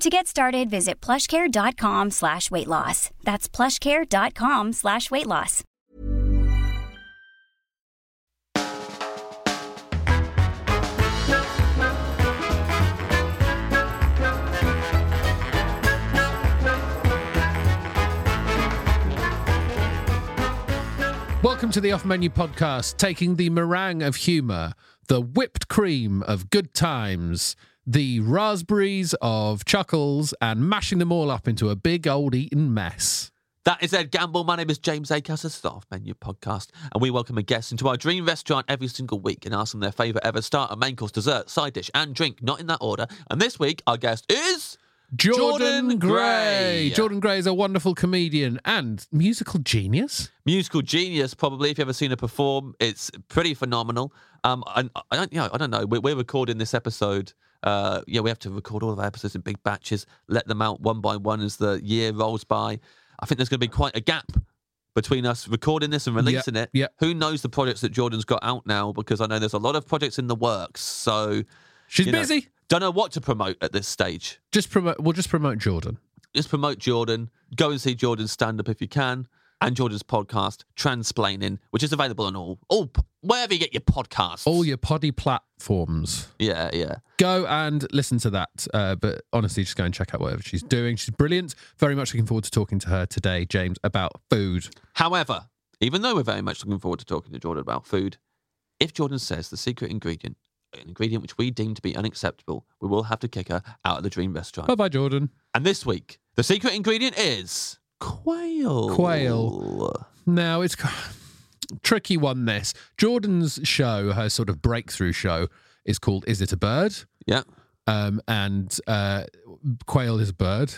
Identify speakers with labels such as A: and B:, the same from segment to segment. A: To get started, visit plushcare.com slash weight loss. That's plushcare.com slash weight loss.
B: Welcome to the Off Menu Podcast, taking the meringue of humour, the whipped cream of good times, the raspberries of chuckles, and mashing them all up into a big old eaten mess.
C: That is Ed Gamble. My name is James Acas. This is the Off Menu Podcast, and we welcome a guest into our dream restaurant every single week and ask them their favourite ever starter, main course, dessert, side dish, and drink, not in that order. And this week, our guest is Jordan Gray.
B: Jordan Gray is a wonderful comedian and musical genius.
C: musical genius. Probably, if you've ever seen her perform, it's pretty phenomenal. Um, and I- I don't, you know, I don't know. We're, we're recording this episode. Uh, yeah, we have to record all of our episodes in big batches, let them out one by one as the year rolls by. I think there's going to be quite a gap between us recording this and releasing it.
B: yep.
C: Who knows the projects that Jordan's got out now? Because I know there's a lot of projects in the works. So
B: She's
C: you know,
B: busy.
C: don't know what to promote at this stage.
B: Just promote. We'll just promote Jordan.
C: Just promote Jordan. Go and see Jordan's stand up if you can, and Jordan's podcast, Transplaining, which is available on all, all p- wherever you get your podcasts.
B: All your poddy platforms.
C: yeah, yeah.
B: Go and listen to that. Uh, but honestly, just go and check out whatever she's doing. She's brilliant. Very much looking forward to talking to her today, James, about food.
C: However, even though we're very much looking forward to talking to Jordan about food, if Jordan says the secret ingredient, an ingredient which we deem to be unacceptable, we will have to kick her out of the Dream Restaurant.
B: Bye bye, Jordan.
C: And this week, the secret ingredient is quail.
B: Quail. Now it's tricky one. This Jordan's show, her sort of breakthrough show, is called "Is It a Bird?"
C: Yeah.
B: Um, and uh, quail is a bird.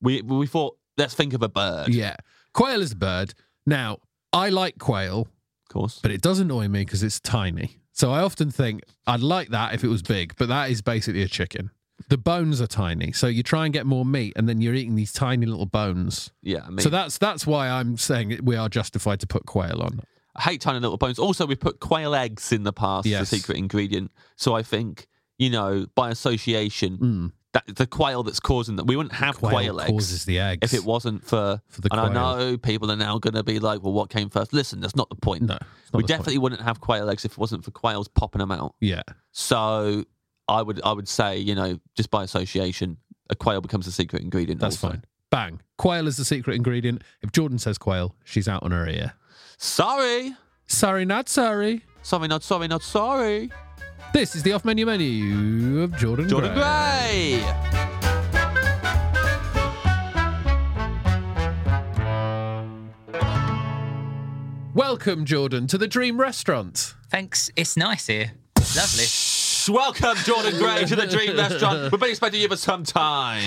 C: We we thought let's think of a bird.
B: Yeah, quail is a bird. Now I like quail,
C: Of course.
B: but it does annoy me because it's tiny. So I often think I'd like that if it was big, but that is basically a chicken. The bones are tiny, so you try and get more meat, and then you're eating these tiny little bones.
C: Yeah. I mean,
B: So that's that's why I'm saying that we are justified to put quail on.
C: I hate tiny little bones. Also, we've put quail eggs in the past,
B: Yes.
C: the secret ingredient. So I think, you know, by association, that the quail that's causing that, we wouldn't have quail, eggs.
B: Hmm. causes the eggs.
C: if it wasn't for,
B: For the
C: and I
B: quail.
C: know people are now going to be like, well, what came first? Listen, that's not the point.
B: No, it's not
C: we
B: the point.
C: definitely wouldn't have quail eggs if it wasn't for quails popping them out.
B: yeah,
C: So I would, I would say, you know, just by association, a quail becomes the secret ingredient.
B: that's
C: also.
B: fine. Bang. Quail is the secret ingredient. If Jordan says quail, she's out on her ear.
C: Sorry,
B: Sorry, not sorry.
C: sorry, not sorry, not sorry.
B: This is the off menu menu of Jordan.
C: Jordan
B: Gray.
C: Gray.
B: Welcome, Jordan, to the Dream Restaurant.
D: Thanks. It's nice here. Lovely.
C: Welcome, Jordan Gray, to the Dream Restaurant. We've been expecting you for some time.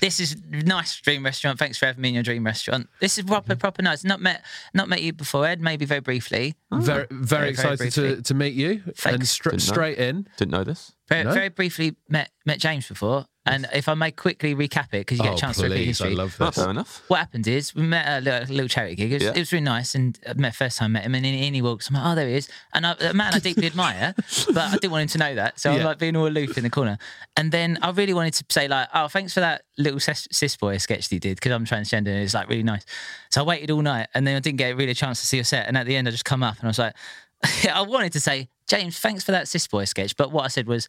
D: This is a nice dream restaurant. Thanks for having me in your dream restaurant. This is
B: Mm-hmm.
D: proper, proper nice. Not met, not met you before, Ed. Maybe very briefly.
B: Very, very,
D: Very, very
B: excited to,
D: briefly.
B: to meet you. And
D: Thanks.
B: stra-
C: Didn't know.
B: straight in.
C: Didn't know this.
D: Very,
B: No?
D: very briefly met met James before. And if I may quickly recap it, because you get
B: oh,
D: a chance to repeat
B: please. I
D: history.
B: love
C: Well,
B: this.
C: fair enough.
D: what happened is we met at a little, little charity gig. It was,
C: Yeah.
D: it was really nice, and uh, my first time met him, and in, in he walks. I'm like, oh, there he is, and I, a man I deeply admire, but I didn't want him to know that, so
B: Yeah.
D: I'm like being all aloof in the corner. And then I really wanted to say like, oh, thanks for that little sis, sis boy sketch that you did because I'm transgender, and it's like really nice. So I waited all night, and then I didn't get really a chance to see your set. And at the end, I just come up, and I was like, I wanted to say, James, thanks for that sis boy sketch, but what I said was.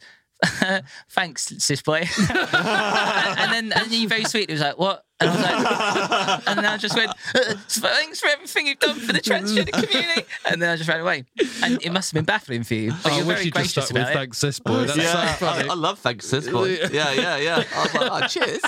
D: Thanks, sis boy. and then and then you very sweetly was like, "What?" And I was like, and then I just went, "Uh, thanks for everything you've done for the transgender community. And then I just ran away. And it must have been baffling for you. But
B: Oh, I
D: you're
B: wish
D: very
B: you just
D: gracious
B: stuck with
D: about it.
B: thanks, sis boy. That's
C: yeah,
B: so funny.
C: I, I love thanks, sis boy. Yeah, yeah, yeah. I was like, oh, cheers.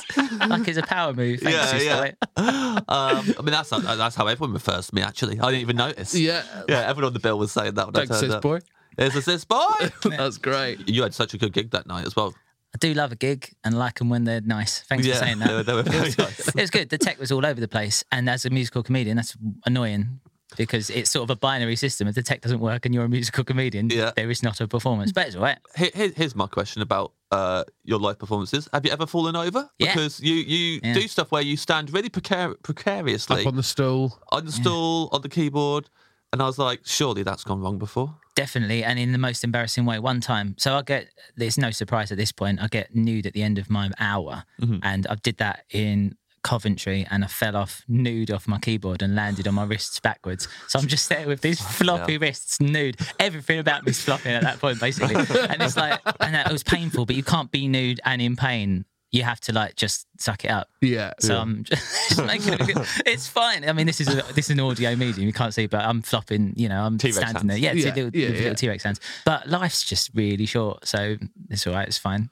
D: Like it's a power move. Thanks,
C: yeah,
D: sis
C: yeah.
D: boy.
C: Um, I mean, that's how, that's how everyone refers to me. Actually, I didn't even notice.
B: yeah.
C: yeah. Everyone on the bill was saying that. When
B: Thanks,
C: I turned
B: sis
C: up.
B: boy.
C: There's a sis boy.
B: That's great.
C: you had such a good gig that night as well.
D: I do love a gig and like them when they're nice. Thanks
C: yeah,
D: for saying
C: They were,
D: that.
C: they were very nice.
D: it was good. The tech was all over the place. And as a musical comedian, that's annoying because it's sort of a binary system. If the tech doesn't work and you're a musical comedian,
C: Yeah.
D: there is not a performance. But it's all right.
C: Here, here- here's my question about uh, your live performances. Have you ever fallen over?
D: Yeah.
C: Because you you
D: Yeah.
C: do stuff where you stand really precar- precariously
B: Up on the stool.
C: on the stool, on the keyboard, and I was like, surely that's gone wrong before.
D: Definitely, and in the most embarrassing way. One time, so I get there's no surprise at this point. I get nude at the end of my hour, and I did that in Coventry, and I fell off nude off my keyboard and landed on my wrists backwards. So I'm just there with these floppy wrists, nude. Everything about me's flopping at that point, basically. and it's like, and it was painful, but you can't be nude and in pain. You have to like just suck it up.
B: Yeah.
D: So I'm just making it. look- It's fine. I mean, this is a, this is an audio medium. You can't see, but I'm flopping. You know, I'm
C: T-Rex hands.
D: standing there. Yeah,
B: Yeah,
D: two little,
B: yeah,
D: with
B: yeah.
D: little T-Rex hands. But life's just really short, so it's all right. It's fine.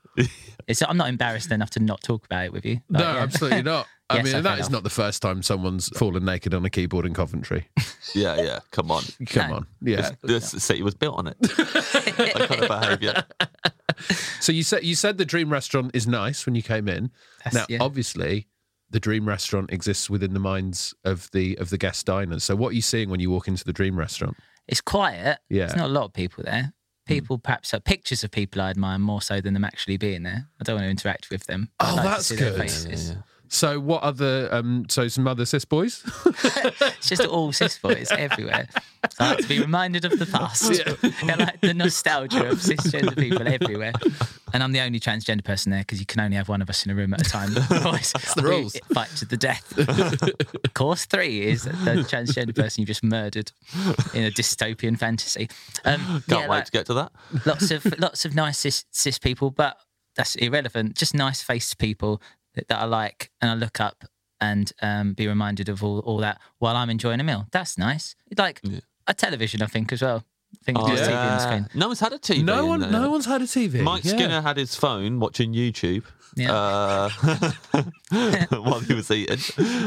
D: It's, I'm not embarrassed enough to not talk about it with you. Like,
B: no,
D: yeah.
B: absolutely not. I
D: Yes,
B: mean,
D: I
B: that
D: fell
B: is
D: off.
B: not the first time someone's fallen naked on a keyboard in Coventry.
C: Yeah, yeah. Come on.
B: Come
D: No.
B: on. Yeah.
C: This city was built on it. that kind of behaviour.
B: So you said you said the dream restaurant is nice when you came in. now,
D: yeah.
B: obviously, the dream restaurant exists within the minds of the of the guest diners. So what are you seeing when you walk into the dream restaurant?
D: It's quiet.
B: Yeah. Hmm.
D: There's not a lot of people there. People perhaps are pictures of people I admire more so than them actually being there. I don't want to interact with them. I
B: Oh,
D: like to
B: that's
D: see their
B: good.
D: faces.
B: So what other um so some other cis boys?
D: It's just all cis boys everywhere. So I like to be reminded of the past. They're like the nostalgia of cisgender people everywhere. And I'm the only transgender person there because you can only have one of us in a room at a time. Otherwise,
B: the
D: we
B: rules.
D: Fight to the death. Course three is the transgender person you just murdered in a dystopian fantasy. Um,
C: Can't
D: yeah,
C: wait
D: like-
C: to get to that.
D: lots of lots of nice cis, cis people, but that's irrelevant. Just nice faced people that, that I like and I look up and um, be reminded of all, all that while I'm enjoying a meal. That's nice. Like a television, I think as well. I think it's
C: Oh,
D: just TV on the screen.
C: No one's had a TV.
B: no
C: in
B: one
C: there.
B: no one's had a TV.
C: Mike
B: Yeah.
C: Skinner had his phone watching YouTube
D: Yeah.
C: uh, while he was eating.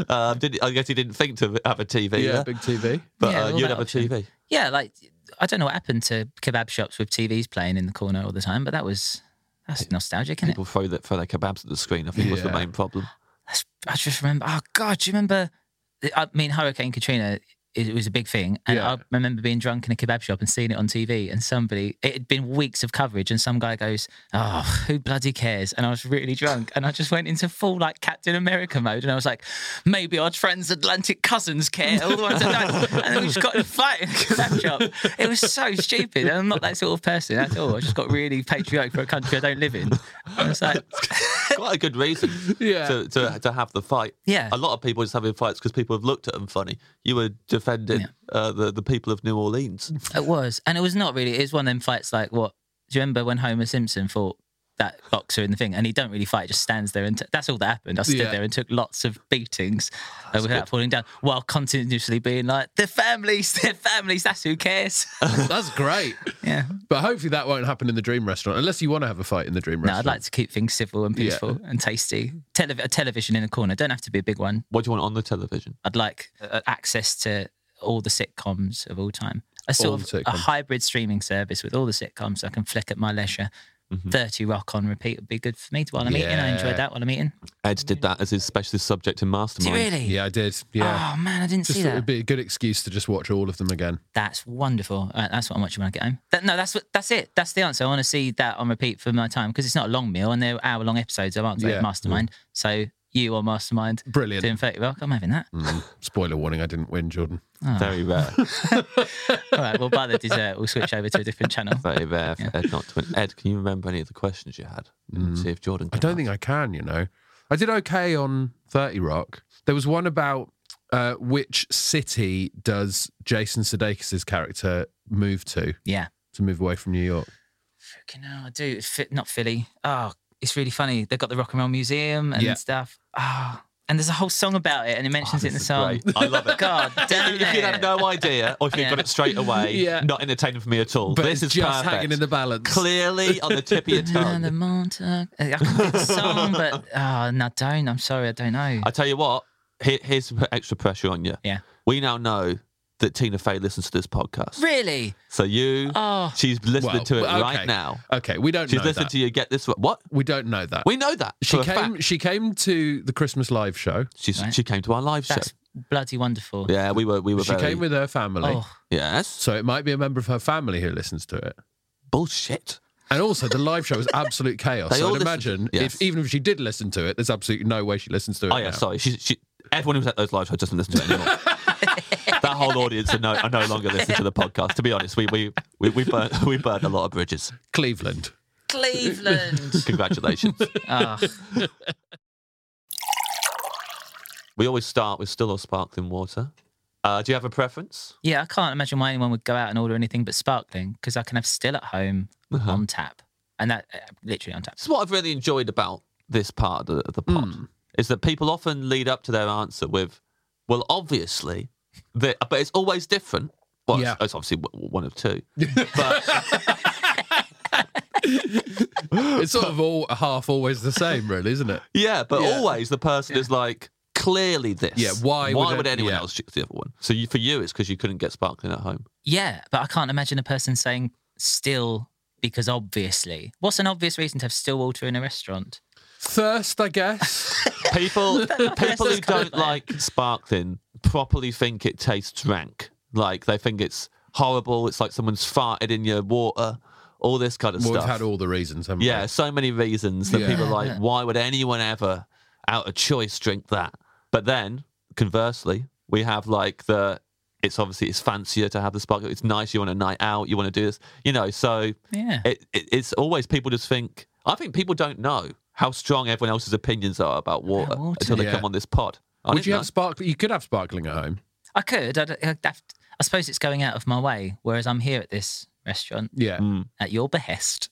C: Um, did, I guess he didn't think to have a TV.
B: Yeah,
C: there,
B: big TV.
C: but
D: Yeah,
C: uh,
D: all
C: you'd
D: that
C: have
D: option.
C: a TV.
D: Yeah, like I don't know what happened to kebab shops with TVs playing in the corner all the time, but that was that's nostalgic, isn't it?
C: People throw, their throw their kebabs at the screen, I think was the
B: Yeah.
C: main problem.
D: That's, I just remember. Oh God, do you remember? I mean, Hurricane Katrina. It was a big thing, and
B: Yeah.
D: I remember being drunk in a kebab shop and seeing it on TV. And somebody, it had been weeks of coverage, and some guy goes, "Oh, who bloody cares?" And I was really drunk, and I just went into full like Captain America mode, and I was like, "Maybe our transatlantic cousins care." All the ones that don't. And then we just got in a fight in a kebab shop. It was so stupid, and I'm not that sort of person at all. I just got really patriotic for a country I don't live in. I was like,
C: Quite a good reason
B: Yeah.
C: to, to, to have the fight.
D: Yeah.
C: A lot of people just having fights because people have looked at them funny. You were defending
D: Yeah.
C: uh, the, the people of New Orleans.
D: It was, and it was not really. It was one of them fights like what? Do you remember when Homer Simpson fought that boxer in the thing? And he don't really fight; just stands there, and t- that's all that happened. I stood
B: Yeah. Oh,
D: there and took lots of beatings uh, without falling down, while continuously being like, "Their families, their families. That's who cares."
B: That's great.
D: yeah.
B: But hopefully that won't happen in the dream restaurant unless you want to have a fight in the dream
D: No, I'd
B: restaurant.
D: like to keep things civil and
B: Yeah.
D: peaceful and tasty. Tele- a television in a corner. Don't have to be a big one.
C: What do you want on the television?
D: I'd like uh, access to all the sitcoms of all time. A
B: All
D: sort
B: the
D: of a
B: sitcoms.
D: hybrid streaming service with all the sitcoms I can flick at my leisure. 30 Rock on repeat would be good for me while I'm eating. I
B: Mm-hmm. Yeah.
D: enjoyed that while I'm eating.
C: Ed did that as his specialist subject in
D: Do you
C: Mastermind.
D: really?
B: Yeah, I did. Yeah.
D: Oh, man, I didn't
B: Just
D: see
B: thought it'd
D: that.
B: be a good excuse to just watch all of them again.
D: That's wonderful. All right, that's what I'm watching when I get home. That, no, that's what, that's it. That's the answer. I want to see that on repeat for my time because it's not a long meal and they're hour long episodes of aren't they?
B: Yeah.
D: Mastermind. So you on Mastermind
B: Brilliant. Mm.
D: doing 30 Rock. I'm having that.
B: Spoiler warning, I didn't win, Jordan.
C: Very
D: Oh.
C: rare.
D: All right, well, by the dessert, we'll switch over to a different channel.
C: Very rare for Ed not to win. Ed, can you remember any of the questions you had? See if Jordan.
B: Mm. I
C: can
B: don't
C: answer.
B: think I can, you know. I did okay on 30 Rock. There was one about uh, which city does Jason Sudeikis' character move to
D: Yeah.
B: to move away from New York?
D: Fucking hell, I do. Fi- not Philly. Oh, it's really funny. They've got the Rock and Roll Museum and
B: Yeah.
D: stuff. Ah, and there's a whole song about it, and it mentions it in
C: Oh,
D: the
C: this is
D: song.
C: great. I love it.
D: God damn it.
C: If you had no idea, or if you
D: Yeah.
C: got it straight away,
B: Yeah.
C: not entertaining for me at all.
B: But
C: this
B: it's
C: is
B: just
C: perfect.
B: hanging in the balance.
C: Clearly on the tip of your
D: Down the
C: tongue.
D: mountain. I can do the song, but oh, no, I don't. I'm sorry, I don't know.
C: I tell you what, here, here's some extra pressure on you.
D: Yeah.
C: We now know that Tina Fey listens to this podcast.
D: Really?
C: So you,
D: Oh.
C: she's listening
B: Well,
C: to it
B: okay.
C: right now.
B: Okay, we don't
C: She's
B: know
C: listening
B: that.
C: to you get this. What?
B: We don't know that.
C: We know that.
B: she
C: for a
B: came.
C: fact.
B: She came to the Christmas live show.
C: She's,
D: Right.
C: She came to our live
D: That's
C: show.
D: bloody wonderful.
C: Yeah, we were. We were.
B: She
C: very,
B: came with her family,
D: Oh,
C: Yes.
B: so it might be a member of her family who listens to it.
C: Bullshit.
B: And also, the live show was absolute chaos.
C: They
B: so
C: all
B: I'd
C: listen-
B: imagine, if,
C: yes.
B: even if she did listen to it, there's absolutely no way she listens to it.
C: Oh yeah,
B: now.
C: sorry. She, she, everyone who was at those live shows doesn't listen to it anymore. that whole audience are no, are no longer listening to the podcast. To be honest, we we we we burnt, we burnt a lot of bridges.
B: Cleveland.
D: Cleveland.
C: Congratulations.
D: oh,
C: we always start with still or sparkling water. Uh, do you have a preference?
D: yeah, I can't imagine why anyone would go out and order anything but sparkling because I can have still at home
C: Uh-huh.
D: on tap. And that, uh, literally on tap.
C: This is what I've really enjoyed about this part of the, of the pod
B: Hmm.
C: is that people often lead up to their answer with, "Well, obviously," the, but it's always different. Well, it's-
B: Yeah.
C: it's, obviously w- w- one of two.
B: It's sort of all half always the same, really, isn't it?
C: Yeah, but
B: Yeah.
C: always the person is like, clearly this.
B: Yeah, why
C: Why
B: would
C: would,
B: it-
C: anyone
B: yeah.
C: else choose the other one? So you, for you, it's because you couldn't get sparkling at home.
D: Yeah, but I can't imagine a person saying still because obviously. What's an obvious reason to have still water in a restaurant?
B: Thirst, I guess.
C: People, people
D: is
C: who
D: kind of
C: don't like sparkling properly think it tastes rank. Like they think it's horrible. It's like someone's farted in your water. All this kind of
B: well, we've
C: stuff.
B: had all the reasons, haven't
C: yeah, so many reasons that
B: Yeah.
C: people are like, why would anyone ever, out of choice, drink that? But then, conversely, we have like the. It's obviously it's fancier to have the sparkling. It's nice. You want a night out. You want to do this. You know. So
D: Yeah.
C: it, it, it's always people just think. I think people don't know how strong everyone else's opinions are about water,
D: water.
C: until they
B: Yeah.
C: come on this pod.
B: we?
C: I
B: Would
C: didn't
B: you
C: know.
B: have sparkling? You could have sparkling at home.
D: I could. I'd, I'd have to- I suppose it's going out of my way, whereas I'm here at this restaurant
B: Yeah.
C: Mm.
D: at your behest.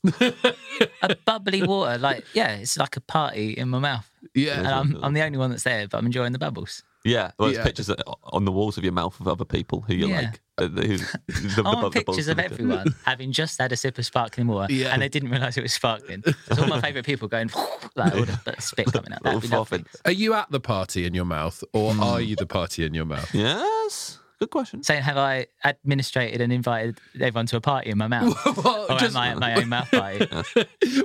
D: a bubbly water, like, yeah, it's like a party in my mouth.
B: Yeah.
D: And I'm, I'm the only one that's there, but I'm enjoying the bubbles.
C: yeah? Well, it's
B: Yeah.
C: pictures on the walls of your mouth of other people who you
D: Yeah.
C: like. uh, who- the- the-
D: I
C: the-
D: want
C: the balls
D: pictures
C: to
D: of
C: look at.
D: everyone having just had a sip of sparkling water
B: Yeah.
D: and they didn't realise it was sparkling. It's all my favourite people going, like, all the the spit coming out. That'd be
C: Little
D: lovely.
C: frothing.
B: Are you at the party in your mouth, or
C: Mm.
B: are you the party in your mouth?
C: Yes. Good question.
D: saying, "Have I administrated and invited everyone to a party in my mouth,
C: Oh,
B: Well,
D: or
B: just-
D: am I at my own mouth party?"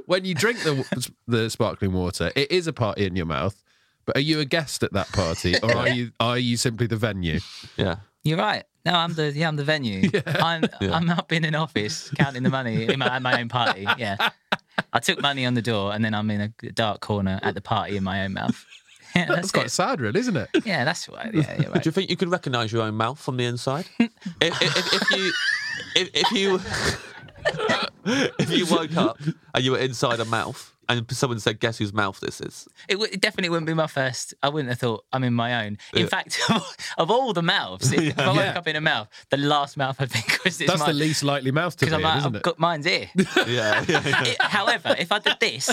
B: when you drink the the sparkling water, it is a party in your mouth. But are you a guest at that party, or are you are you simply the venue?
C: Yeah.
D: You're right. No, I'm the yeah, I'm the venue. I'm I'm up in an office counting the money in my, at my own party. Yeah, I took money on the door, and then I'm in a dark corner at the party in my own mouth. Yeah, that's,
B: That's quite
D: it.
B: sad, really, isn't it?
D: Yeah, that's right. Yeah, you're
C: Do
D: right.
C: you think you could recognise your own mouth from the inside? if, if, if, if you, if, if you, if you woke up and you were inside a mouth, and someone said, "Guess whose mouth this is?"
D: It, w- it definitely wouldn't be my first. I wouldn't have thought I'm in my own. In fact, of all the mouths, if, if I woke
B: Yeah.
D: up in a mouth, the last mouth I think was this
B: That's the least likely mouth to be,
D: Because I'm
B: in,
D: like,
B: isn't
D: I've
B: it?
D: got mine's here.
C: Yeah, yeah, yeah.
D: It- however, if I did this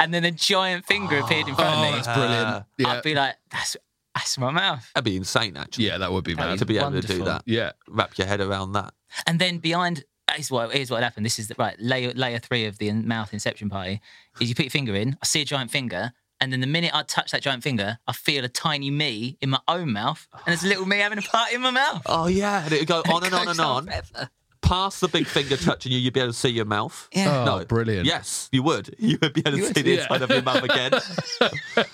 D: and then a giant finger appeared in front
B: Oh,
D: of me,
B: that's brilliant. Yeah,
D: I'd be like, that's that's my mouth.
C: that'd be insane, actually.
B: yeah, that would be mad.
C: to be able to do
D: Wonderful.
C: that,
B: Yeah,
C: wrap your head around that.
D: And then behind here's what here's what happened. This is the, right layer layer three of the in- mouth inception party is you put your finger in, I see a giant finger, and then the minute I touch that giant finger, I feel a tiny me in my own mouth, and it's a little me having a party in my mouth.
C: Oh yeah, and it would go on and on
D: Goes
C: and on.
D: forever.
C: past the big finger touching you, you'd be able to see your mouth.
D: Yeah.
B: Oh,
C: no,
B: brilliant.
C: Yes, you would. You would be able to see the
B: yeah.
C: inside of your mouth again.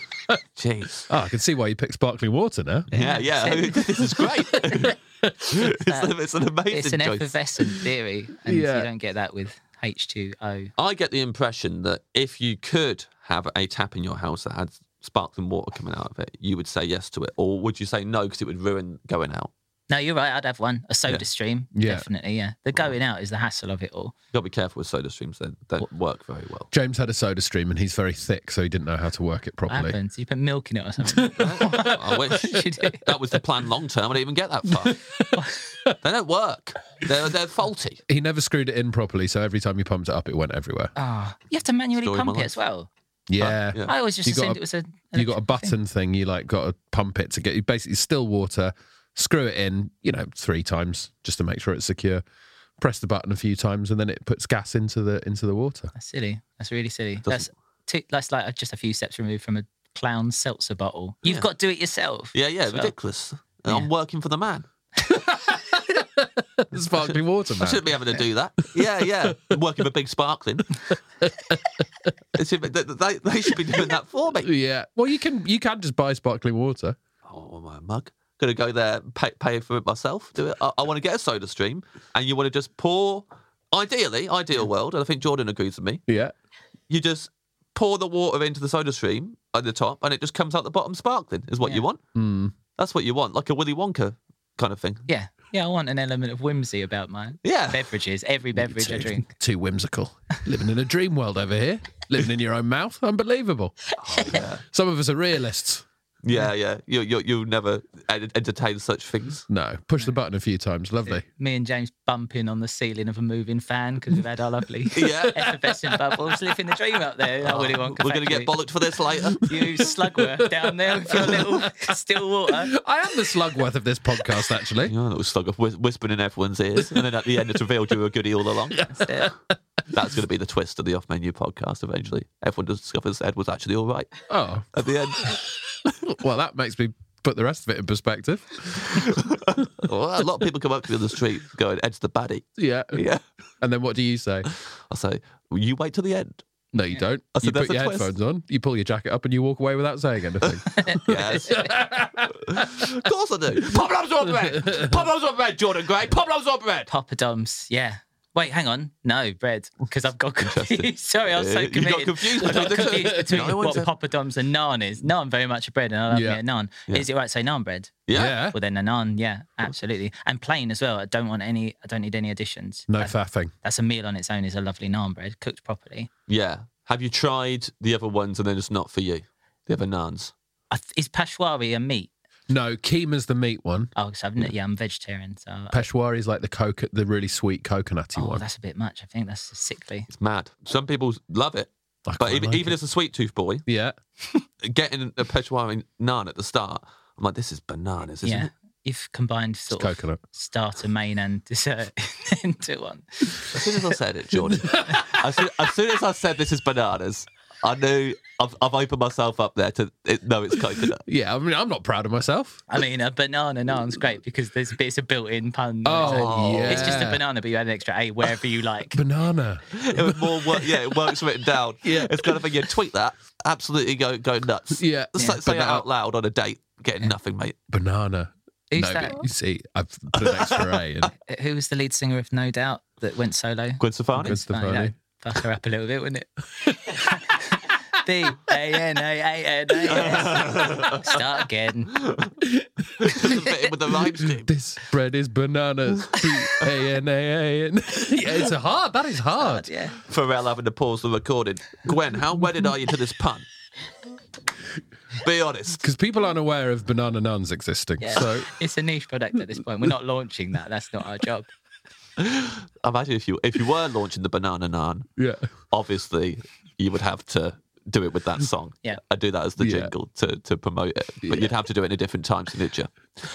C: Jeez.
B: Oh, I can see why you picked sparkling water now.
C: Yeah, yeah. this is great. it's, a- it's an amazing
D: It's an
C: choice.
D: effervescent theory, and
B: Yeah.
D: you don't get that with H2O.
C: I get the impression that if you could have a tap in your house that had sparkling water coming out of it, you would say yes to it, or would you say no because it would ruin going out?
D: No, you're right. I'd have one. A soda
C: Yeah.
D: stream.
B: Yeah.
D: Definitely. Yeah. The going out is the hassle of it all.
C: You got to be careful with soda streams; they don't work very well.
B: James had a soda stream and he's very thick, so he didn't know how to work it
D: What
B: properly.
D: happens? You put milk in it or something.
C: I wish that was the plan long term. I didn't even get that far. they don't work. They're they're faulty.
B: He never screwed it in properly, so every time you pumped it up, it went everywhere.
D: Ah, you have to manually
C: Story of my
D: pump it
C: life.
D: as well.
B: Yeah.
C: yeah.
D: I always just
B: You got
D: assumed
B: a-
D: it was a. an
B: You got a
D: electric thing.
B: button thing, you like got to pump it to get you basically still water, screw it in, you know, three times just to make sure it's secure. Press the button a few times and then it puts gas into the into the water.
D: That's silly. That's really silly. That's two, that's like just a few steps removed from a clown seltzer bottle. You've
C: Yeah.
D: got to do it yourself.
C: Yeah, yeah,
D: as well.
C: ridiculous. And I'm working for the man.
B: Sparkling water,
C: I
B: man.
C: shouldn't be having to do that. Yeah, yeah. I'm working for Big Sparkling. It should be- they, they- they should be doing that for me.
B: Yeah. Well, you can you can just buy sparkling water.
C: Oh, my mug. Gonna go there, pay, pay for it myself. Do it. I, I want to get a soda stream, and you want to just pour. Ideally, ideal world, and I think Jordan agrees with me.
B: Yeah.
C: You just pour the water into the soda stream at the top, and it just comes out the bottom sparkling. Is what you want.
B: Hmm.
C: That's what you want, like a Willy Wonka kind of thing.
D: Yeah. Yeah, I want an element of whimsy about my
C: Yeah.
D: beverages. Every beverage I
B: too,
D: drink.
B: too whimsical. Living in a dream world over here. Living in your own mouth. Unbelievable.
C: Oh,
B: Some of us are realists.
C: Yeah, yeah. You you you'll never en- entertain such things.
B: No. Push the button a few times. Lovely.
D: Me and James bumping on the ceiling of a moving fan because we've had our lovely
C: Yeah.
D: effervescent bubbles, living the dream up there. I really want.
C: We're gonna get bollocked for this later.
D: You slugworth down there with your little still water.
B: I am the slugworth of this podcast, actually.
C: You're a little slug of whis- whispering in everyone's ears, and then at the end it's revealed you were a goodie all along.
D: That's it.
C: That's going to be the twist of the off-menu podcast. Eventually, everyone discovers Ed was actually all right
B: Oh,
C: at the end.
B: well, that makes me put the rest of it in perspective.
C: Well, a lot of people come up to me on the street going, "Ed's the baddie."
B: Yeah.
C: Yeah,
B: And then what do you say?
C: I say, well, "You wait till the end."
B: No, you don't.
C: I said,
B: you
C: "That's
B: put your
C: a twist."
B: headphones on, you pull your jacket up, and you walk away without saying anything.
C: Yes, of course I do. Pop loves on bread. Pop loves on bread. Jordan Gray. Pop loves on bread.
D: Papa Dom's. Yeah. Wait, hang on. No, bread. Because I've got confused. Sorry, I was
C: Yeah,
D: so
C: you got
D: committed.
C: confused
D: I
C: between
D: got
C: the two.
D: confused between
C: No one
D: what
C: said-
D: Papa Dom's and naan is. Naan, very much a bread, and I love
B: Yeah.
D: me a naan. Is it right to say naan bread?
C: Yeah.
B: yeah.
D: Well, then a naan, yeah, absolutely. And plain as well. I don't want any, I don't need any additions.
B: No
D: That-
B: faffing.
D: That's a meal on its own, is a lovely naan bread, cooked properly.
C: Yeah. Have you tried the other ones and they're just not for you? The other naans.
D: I th- Is pashwari a meat?
B: No, keema's the meat one.
D: Oh, because I've, n- yeah, I'm vegetarian, so.
B: Peshwari is like the coco- the really sweet coconutty
D: Oh,
B: one.
D: that's a bit much. I think that's sickly.
C: It's mad. Some people love it,
B: I
C: but
B: quite
C: even,
B: like it.
C: even as a sweet tooth boy,
B: yeah,
C: getting a Peshawari naan at the start, I'm like, this is bananas, isn't
D: yeah.
C: it?
D: You've combined sort of
B: coconut.
D: starter, main, and dessert into one.
C: As soon as I said it, Jordan. as, soon, as soon as I said this is bananas, I knew I've, I've opened myself up there to it, no, it's coconut.
B: yeah. I mean, I'm not proud of myself.
D: I mean, a banana naan's great because there's it's a built-in pun.
B: Oh,
D: It's like- it's just a
B: yeah.
D: banana, but you add an extra a wherever you like.
B: Banana.
C: It was more work. Yeah, it works written down.
B: Yeah.
C: it's kind of thing. You tweet that, absolutely go go nuts.
B: Yeah.
C: Say-
B: Yeah.
C: say it
B: Banana.
C: out loud on a date, getting nothing, mate.
B: Banana.
D: Who's
B: no,
D: that?
B: but you see, I've put an extra A in.
D: Who was the lead singer of No Doubt that went solo?
C: Gwen Stefani.
B: Gwen
D: Funny,
B: Stefani.
D: that'd Fuck her up a little bit, wouldn't it? B A N A A N A. S. Start again.
C: Doesn't fit in with the rhymes, team.
B: This bread is bananas. B A N A A N. Yeah, it's hard. That is hard.
D: Yeah.
C: Pharrell having to pause the recording. Gwen, how wedded are you to this pun? Be honest.
B: Because people aren't aware of banana nuns existing.
D: Yeah.
B: So
D: It's a niche product at this point. We're not launching that. That's not our job.
C: Imagine if you if you were launching the banana naan,
B: yeah,
C: obviously you would have to do it with that song.
D: Yeah.
C: I do that as the
B: Yeah.
C: jingle to, to promote it. But you'd have to do it in a different time signature.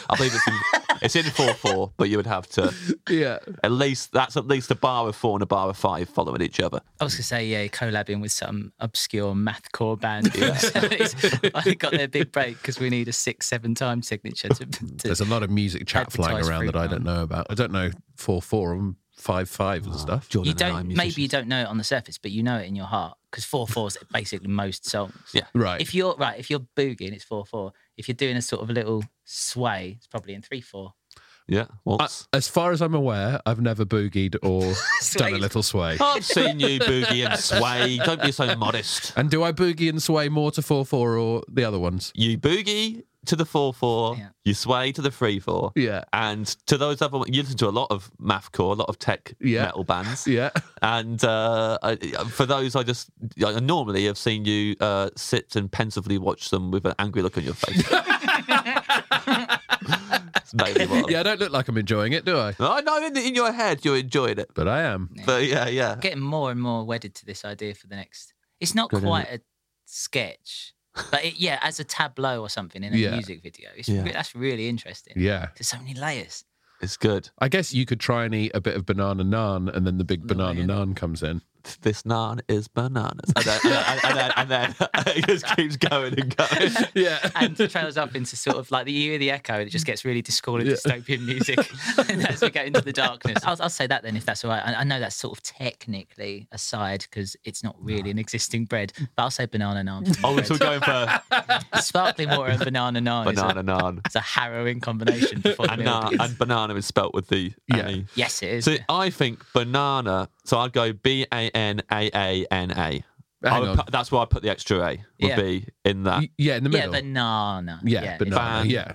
C: I believe it's in it's in four four, but you would have to
B: yeah.
C: at least that's at least a bar of four and a bar of five following each other.
D: I was gonna say, yeah, collabing with some obscure mathcore band. I got their big break because we need a six, seven time signature to, to
B: There's a lot of music chat flying
D: Advertise
B: around
D: free
B: that I don't know about. I don't know four four of them five five and stuff.
C: Jordan
D: You
C: and I are
D: don't. Maybe you
C: musicians.
D: don't know it on the surface, but you know it in your heart because four four is basically most songs.
C: Yeah.
B: Right.
D: If you're right, if you're boogieing, it's four four. If you're doing a sort of a little sway, it's probably in three four.
C: Yeah,
B: Uh,
C: waltz.
B: as far as I'm aware, I've never boogied or done a
D: Swayed.
B: little sway.
C: I've seen you boogie and sway. Don't be so modest.
B: And do I boogie and sway more to four four or the other ones?
C: You boogie to the four four.
D: Yeah.
C: You sway to the three four.
B: Yeah.
C: And to those other, you listen to a lot of mathcore, a lot of tech
B: Yeah.
C: metal bands.
B: Yeah.
C: And uh, I, for those, I just I normally have seen you uh, sit and pensively watch them with an angry look on your face. It's Maybe what.
B: Yeah, I don't look like I'm enjoying it, do I?
C: I know in, in your head you're enjoying it,
B: But I am.
C: but yeah, yeah.
D: Getting more and more wedded to this idea for the next. It's not
C: Good, isn't
D: quite a sketch, but it, yeah, as a tableau or something in a
B: Yeah.
D: music video, it's
C: Yeah.
D: re- that's really interesting.
B: Yeah.
D: There's so many layers.
C: It's good.
B: I guess you could try and eat a bit of banana naan and then the big banana
D: Banana.
B: naan comes in.
C: This naan is bananas, and then, and then, and then, and then it just keeps going and going.
B: Yeah.
D: and trails up into sort of like the you hear the echo and it just gets really discordant
B: Yeah.
D: dystopian music as we go into the darkness I'll, I'll say that then if that's all right I, I know that's sort of technically aside because it's not really an existing bread but I'll say banana naan
C: Oh, we're still going for
D: sparkling water and banana naan
C: banana
D: is
C: naan.
D: a, it's a harrowing combination before the
C: And,
D: meal
C: na-
D: begins.
C: and banana is spelt with the
B: Yeah.
C: A.
D: yes it is
C: So I think banana. So I'd go B A N A A N A. I
B: Hang
C: would
B: on.
C: put- That's why I put the extra A would
D: Yeah.
C: be in that.
B: Y- Yeah, in the
D: yeah
B: middle.
D: banana
B: yeah,
D: it's-
B: banana.
C: Ban-
B: Yeah.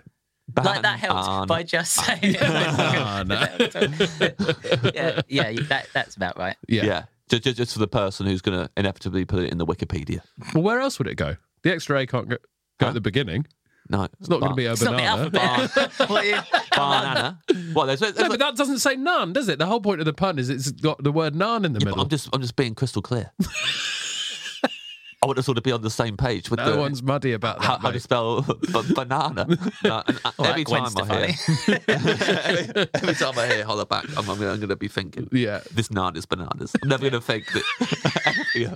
D: like that helps
C: Banana.
D: by just saying it.
B: Banana.
D: yeah, yeah that, that's about right
B: Yeah.
C: Yeah. Ju- ju- Just, for the person who's going to inevitably put it in the Wikipedia.
B: Well, where else would it go? The extra A can't go, go
C: Huh?
B: at the beginning.
C: No,
B: It's not going to be a
D: it's not the
B: banana.
D: alphabet What is-
C: banana. Well, there's, there's,
B: no, but that doesn't say naan, does it? The whole point of the pun is it's got the word naan in the
C: Yeah, but
B: middle.
C: I'm just I'm just being crystal clear. I want us all to be on the same page with
B: no
C: the
B: one's muddy about that.
C: how, how to
B: mate.
C: spell b- banana. No, and, uh,
D: All right,
C: every
D: Gwen
C: time I hear, every, every time I hear holler back, I'm, I'm, gonna, I'm gonna be thinking
B: Yeah.
C: this naan is bananas. I'm never gonna think that. Yeah.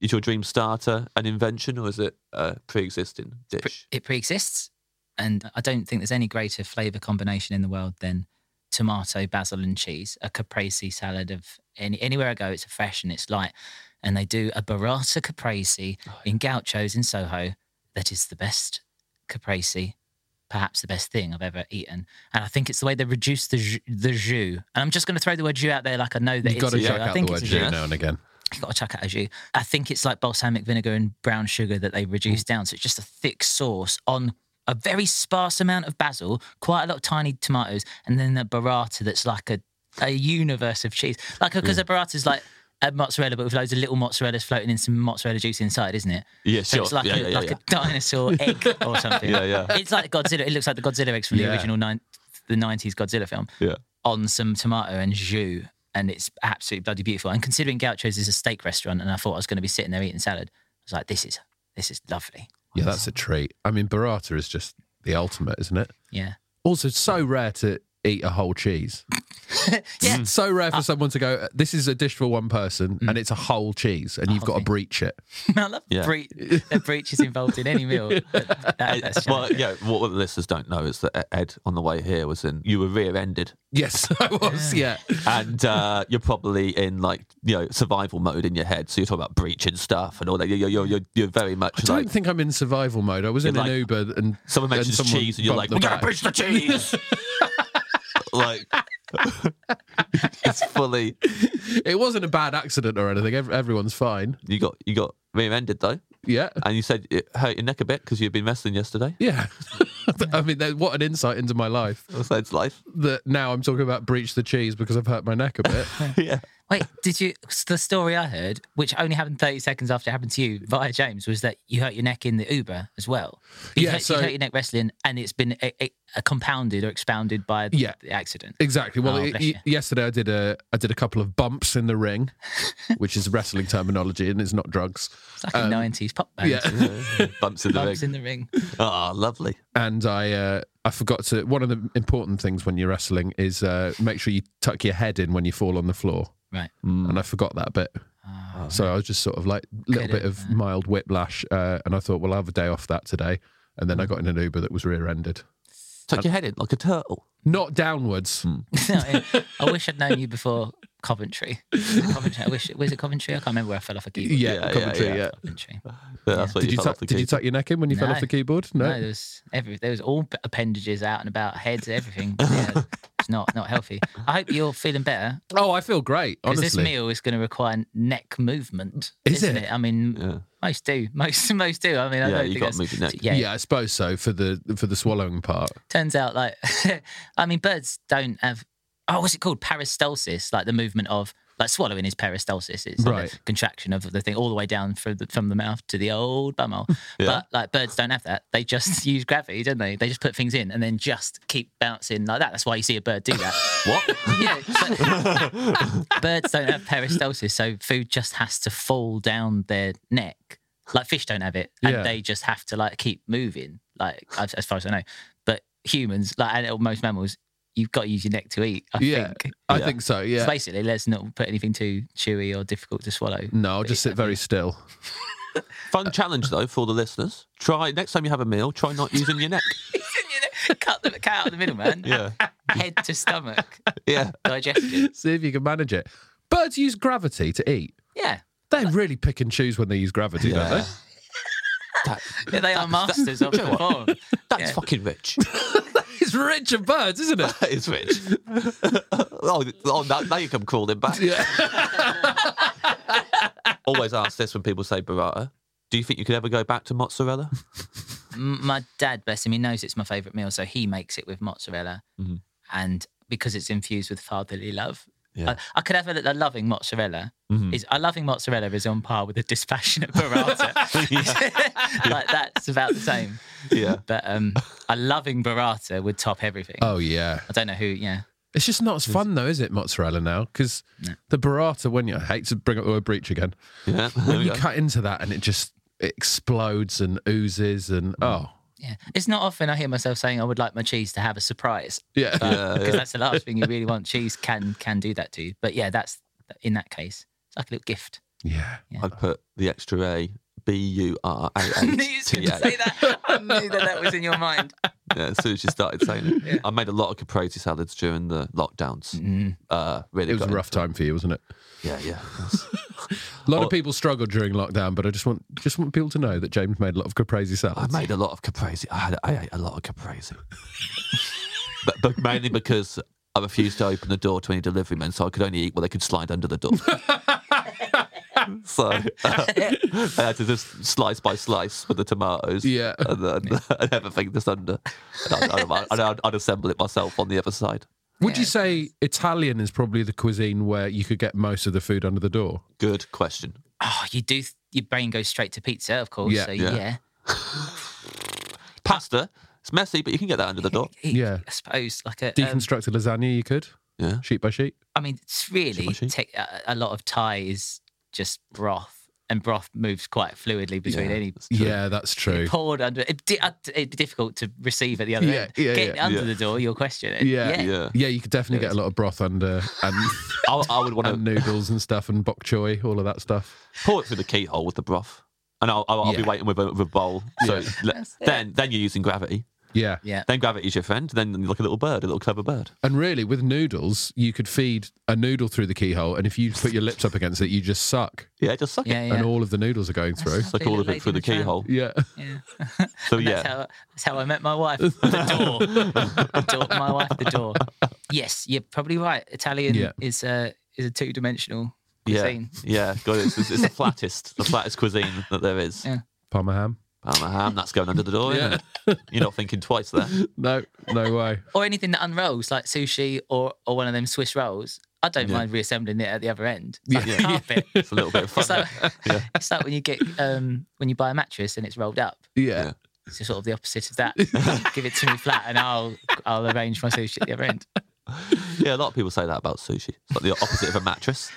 C: Is your dream starter an invention or is it a pre-existing dish?
D: it pre-exists and i don't think there's any greater flavor combination in the world than tomato basil and cheese a caprese salad of any anywhere i go it's a fresh and it's light and they do a burrata caprese in gauchos in soho that is the best caprese perhaps the best thing i've ever eaten and i think it's the way they reduce the ju- the jus and i'm just going to throw the word jus out there like i know that
B: You've
D: it's
B: got
D: a
B: to
D: jus.
B: check
D: i
B: out the
D: think it's
B: word
D: a
B: jus
D: jus
C: yeah.
B: now and again.
D: you got to chuck out a jus. I think it's like balsamic vinegar and brown sugar that they reduce
C: Mm.
D: down. So it's just a thick sauce on a very sparse amount of basil, quite a lot of tiny tomatoes, and then the burrata that's like a, a universe of cheese. Like, because a burrata is like a mozzarella, but with loads of little mozzarella's floating in some mozzarella juice inside, isn't it?
C: Yeah,
D: So
C: sure.
D: it's like,
C: Yeah,
D: a,
C: yeah, yeah,
D: like
C: yeah.
D: a dinosaur egg or something.
C: Yeah, yeah.
D: It's like Godzilla. It looks like the Godzilla eggs from
B: Yeah.
D: the original nine, the 90s Godzilla film
C: Yeah.
D: on some tomato and jus, and it's absolutely bloody beautiful. And considering Gauchos is a steak restaurant, and I thought I was going to be sitting there eating salad, I was like, "This is this is lovely."
B: Yeah, that's a treat. I mean, burrata is just the ultimate, isn't it?
D: Yeah,
B: Also, it's so rare to eat a whole cheese.
D: yeah. Uh, Mm.
B: It's so rare for someone to go, uh, this is a dish for one person and it's a whole cheese and you've got to
D: thing.
B: breach it.
D: I love
C: Yeah.
D: breach. The breach is involved in any meal. That- that's
C: well,
D: challenging.
C: yeah. What, what the listeners don't know is that Ed on the way here was in. You were rear-ended,
B: Yes, I was.
D: Ah.
B: Yeah.
C: and uh, you're probably in like you know survival mode in your head. So you're talking about breaching stuff and all that. You're you're you're, you're very much
B: I don't
C: like
B: think I'm in survival mode. I was in
C: You're
B: an
C: like-
B: Uber and
C: someone mentions
B: someone
C: cheese and you're like,
B: bumped
C: we
B: the
C: gotta
B: back."
C: breach the cheese. like it's fully
B: It wasn't a bad accident or anything. Ev- Everyone's fine.
C: you got you got rear-ended though,
B: Yeah.
C: and you said it hurt your neck a bit because you've been wrestling yesterday.
B: Yeah. I mean, that- what an insight into my life
C: So it's life.
B: that now I'm talking about breach the cheese because I've hurt my neck a bit.
C: yeah.
D: Wait, did you? The story I heard, which only happened 30 seconds after it happened to you via James, was that you hurt your neck in the Uber as well. You
B: Yeah,
D: hurt,
B: so-
D: you hurt your neck wrestling, and it's been a, a, a compounded or expounded by the,
B: Yeah.
D: the accident.
B: Exactly. Well,
D: Oh,
B: y-
D: bless
B: y-
D: you.
B: yesterday I did a I did a couple of bumps in the ring, which is wrestling terminology and it's not drugs.
D: It's like a 90s pop band.
B: Um, Yeah.
C: Bumps in the
D: Bumps
C: ring.
D: in the ring.
C: Ah, lovely.
B: and I uh, I forgot to. One of the important things when you're wrestling is uh, make sure you tuck your head in when you fall on the floor,
D: Right.
B: and I forgot that bit.
D: Ah.
B: so I was just sort of like a little
D: Could've,
B: bit of mild
D: Mm.
B: whiplash, uh, and I thought, well, I'll have a day off that today. And then I got in an Uber that was rear-ended.
C: Tuck your head in like a turtle.
B: Not downwards.
C: Hmm.
D: I wish I'd known you before Coventry. Coventry. I wish was it Coventry? I can't remember where I fell off a keyboard.
B: Yeah,
C: Yeah, yeah,
B: Coventry,
C: yeah.
B: yeah.
D: Coventry.
C: Yeah, that's what
B: Did you,
C: fell
B: tuck,
C: off the
B: did you
C: key.
B: tuck your neck in when you fell off
D: No.
B: the keyboard?
D: No,
B: No.
D: there was every there was all appendages out and about, heads, everything. Yeah, it's not not healthy. I hope you're feeling better
B: Oh, I feel great,
D: because
B: honestly.
D: this meal is going to require neck movement,
B: Is
D: isn't
B: it?
D: I mean,
C: Yeah.
D: most do, most most do. I mean, I
C: Yeah,
D: don't
C: you
D: think
C: gotta
D: that's-
C: move your neck.
D: Yeah,
B: yeah. I suppose so for the for the swallowing part.
D: turns out like i mean birds don't have oh what's it called peristalsis like the movement of like swallowing is peristalsis it's like the
B: Right.
D: contraction of the thing all the way down from the, from the mouth to the old bumhole but like birds don't have that they just use gravity don't they they just put things in and then just keep bouncing like that that's why you see a bird do that
C: What?
D: yeah, but birds don't have peristalsis, so food just has to fall down their neck. Like fish don't have it, and
B: Yeah.
D: they just have to like keep moving. Like as, as far as I know, but humans, like and most mammals, you've got to use your neck to eat. I
B: yeah,
D: think.
B: I
C: Yeah.
B: think so.
D: So
B: Yeah.
D: basically, let's not put anything too chewy or difficult to swallow.
B: No, I'll just sit very still.
C: Fun challenge though for the listeners. Try next time you have a meal, try not using your neck.
D: cut the cut out the middle, man.
C: Yeah.
D: Head to stomach
C: Yeah.
D: digestion.
B: See if you can manage it. Birds use gravity to eat.
D: Yeah.
B: They really pick and choose when they use gravity, don't they?
C: That-
D: Yeah, they are masters of the form.
C: that's
D: Yeah.
C: fucking rich.
B: It's rich of birds, isn't it?
C: That is rich. oh, oh now, now you come crawling back.
B: Yeah.
C: Always ask this when people say burrata. Do you think you could ever go back to mozzarella?
D: M- my dad, bless him, he knows it's my favourite meal, so he makes it with mozzarella,
B: Mm-hmm.
C: Mhm.
D: and because it's infused with fatherly love.
C: Yeah.
D: I, I could have a, a loving mozzarella.
B: Mm.
C: Mhm.
D: Is a loving mozzarella is on par with a dispassionate burrata. like that's about the same.
C: Yeah.
D: But um, a loving burrata would top everything.
B: Oh yeah.
D: I don't know who. Yeah,
B: It's just not as fun though, is it, mozzarella now? Because the burrata, when you I hate to bring up the word breach again,
C: Yeah.
B: when you cut into that and it just explodes and oozes and oh
D: yeah. It's not often I hear myself saying I would like my cheese to have a surprise.
B: Oh, yeah,
D: because that's the last thing you really want. Cheese can can do that to you. But yeah, that's in that case, it's like a little gift.
B: yeah.
C: I'd put the extra A B U R A
D: I knew you
C: H
D: was
C: T
D: going to
C: A.
D: say that. I knew that that was in your mind.
C: Yeah, as soon as you started saying it, I made a lot of caprese salads during the lockdowns. Uh, really,
B: It was a
C: got
B: rough time for you, wasn't it?
C: in- Yeah, yeah. That's-
B: A lot of people struggled during lockdown, but I just want just want people to know that James made a lot of caprese
C: I
B: salads.
C: made a lot of caprese. I had I ate a lot of caprese, but, but mainly because I refused to open the door to any delivery men, so I could only eat what they could slide under the door. so uh, I had to just slice by slice with the tomatoes,
B: Yeah.
C: and, then, and everything just under. And I'd, I'd, I'd, I'd, I'd assemble it myself on the other side.
B: Would you say Italian is probably the cuisine where you could get most of the food under the door?
C: Good question.
D: Oh, you do. Your brain goes straight to pizza, of course.
B: Yeah,
D: so
C: yeah.
D: yeah.
C: Pasta. It's messy, but you can get that under the door.
B: Yeah.
D: I suppose like a. um,
B: Deconstructed lasagna, you could
C: Yeah.
B: sheet by sheet.
D: I mean, it's really
C: Shimashi.
D: tech- a, a lot of Thai is just broth, and broth moves quite fluidly between
C: Yeah,
D: any.
B: Yeah, that's true.
D: Poured under, it, di- uh, it'd be difficult to receive at the other
B: Yeah,
D: end.
B: yeah,
D: Getting
B: yeah.
D: under
C: Yeah.
D: the door, you'll question it.
B: Yeah.
C: Yeah.
B: Yeah, you could definitely get a lot of broth under and,
C: I, I would want to
B: and noodles and stuff and bok choy, all of that stuff.
C: pour it through the keyhole with the broth, and I'll, I'll, I'll be
B: Yeah.
C: waiting with a, with a bowl. So le- then, then you're using gravity.
B: Yeah.
D: Yeah.
C: Then gravity's your friend. Then you're like a little bird, a little clever bird.
B: And really, with noodles, you could feed a noodle through the keyhole, and if you put your lips up against it, you just suck,
C: Yeah, just suck
D: Yeah.
C: it.
D: Yeah.
B: and all of the noodles are going through.
C: Suck
D: Feel
C: all of
D: like
C: it through
D: in
C: the
D: a tram.
C: keyhole.
B: Yeah.
D: Yeah.
C: So
D: And That's
C: yeah,
D: how, that's how I met my wife. The door. the door. My wife, the door. Yes, you're probably right. Italian
B: Yeah.
D: is a is a two dimensional
C: yeah,
D: cuisine.
C: yeah. God, it's, it's, it's the flattest, the flattest cuisine that there is.
D: Yeah.
B: Parma ham.
C: Parma ham. That's going under the door. Isn't it? You're not thinking twice there.
B: No, no way.
D: Or anything that unrolls, like sushi or or one of them Swiss rolls. I don't mind reassembling it at the other end. Like
C: Yeah.
D: a carpet.
C: It's a little bit of fun.
D: It's like,
C: Yeah.
D: it's like when you get um, when you buy a mattress and it's rolled up.
B: Yeah.
D: It's just sort of the opposite of that. Give it to me flat, and I'll I'll arrange my sushi at the other end.
C: yeah, a lot of people say that about sushi. It's like the opposite of a mattress.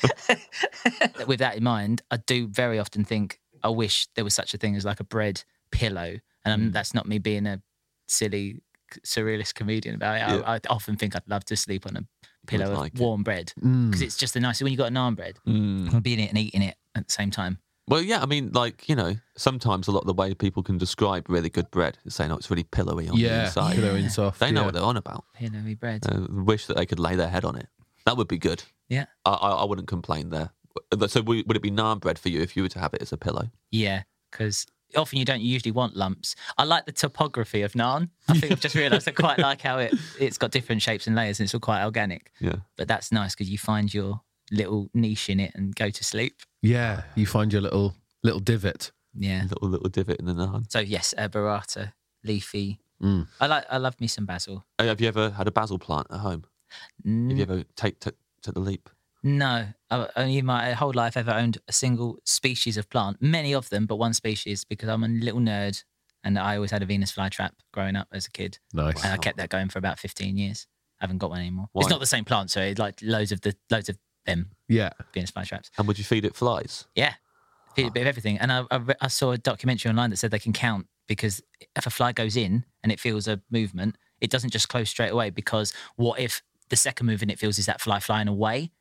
D: that- with that in mind, I do very often think I wish there was such a thing as like a bread pillow, and
C: Mm.
D: um, that's not me being a silly c- surrealist comedian about it. I, I often think I'd love to sleep on a pillow of
C: like it.
B: Mm.
C: Hmm.
D: warm bread because it's just the nice when you got an arm bread,
C: Mm.
D: being it and eating it at the same time.
C: Well, yeah, I mean, like, you know, sometimes a lot of the way people can describe really good bread is saying, oh, it's really pillowy on the
B: Yeah,
C: inside.
B: pillow and soft.
C: They know
B: yeah.
C: what they're on about.
D: Pillowy bread.
C: Uh, wish that they could lay their head on it. That would be good.
D: Yeah.
C: I, I, I wouldn't complain there. But- So would would it be naan bread for you if you were to have it as a pillow?
D: Yeah, because often you don't usually want lumps. I like the topography of naan. I think I've just realised I quite like how it it's got different shapes and layers, and it's all quite organic.
C: Yeah.
D: But that's nice because you find your little niche in it and go to sleep.
B: Yeah, you find your little little divot.
D: Yeah.
C: Little little divot in the naan.
D: So yes, uh, burrata, leafy.
B: Mm.
D: I like. I love me some basil.
C: Uh, Have you ever had a basil plant at home? Have you
D: N-
C: ever take took took the leap?
D: No, I- only in my whole life ever owned a single species of plant. Many of them, but one species because I'm a little nerd, and I always had a Venus flytrap growing up as a kid.
B: Nice.
D: And I kept that going for about 15 years. I haven't got one anymore.
C: Why?
D: It's not the same plant, so it's like loads of the loads of them
B: Yeah.
D: Venus flytraps.
C: And would you feed it flies?
D: Yeah, Feed a bit of everything. And I, I, re- I saw a documentary online that said they can count because if a fly goes in and it feels a movement, it doesn't just close straight away because what if the second movement it feels is that fly flying away?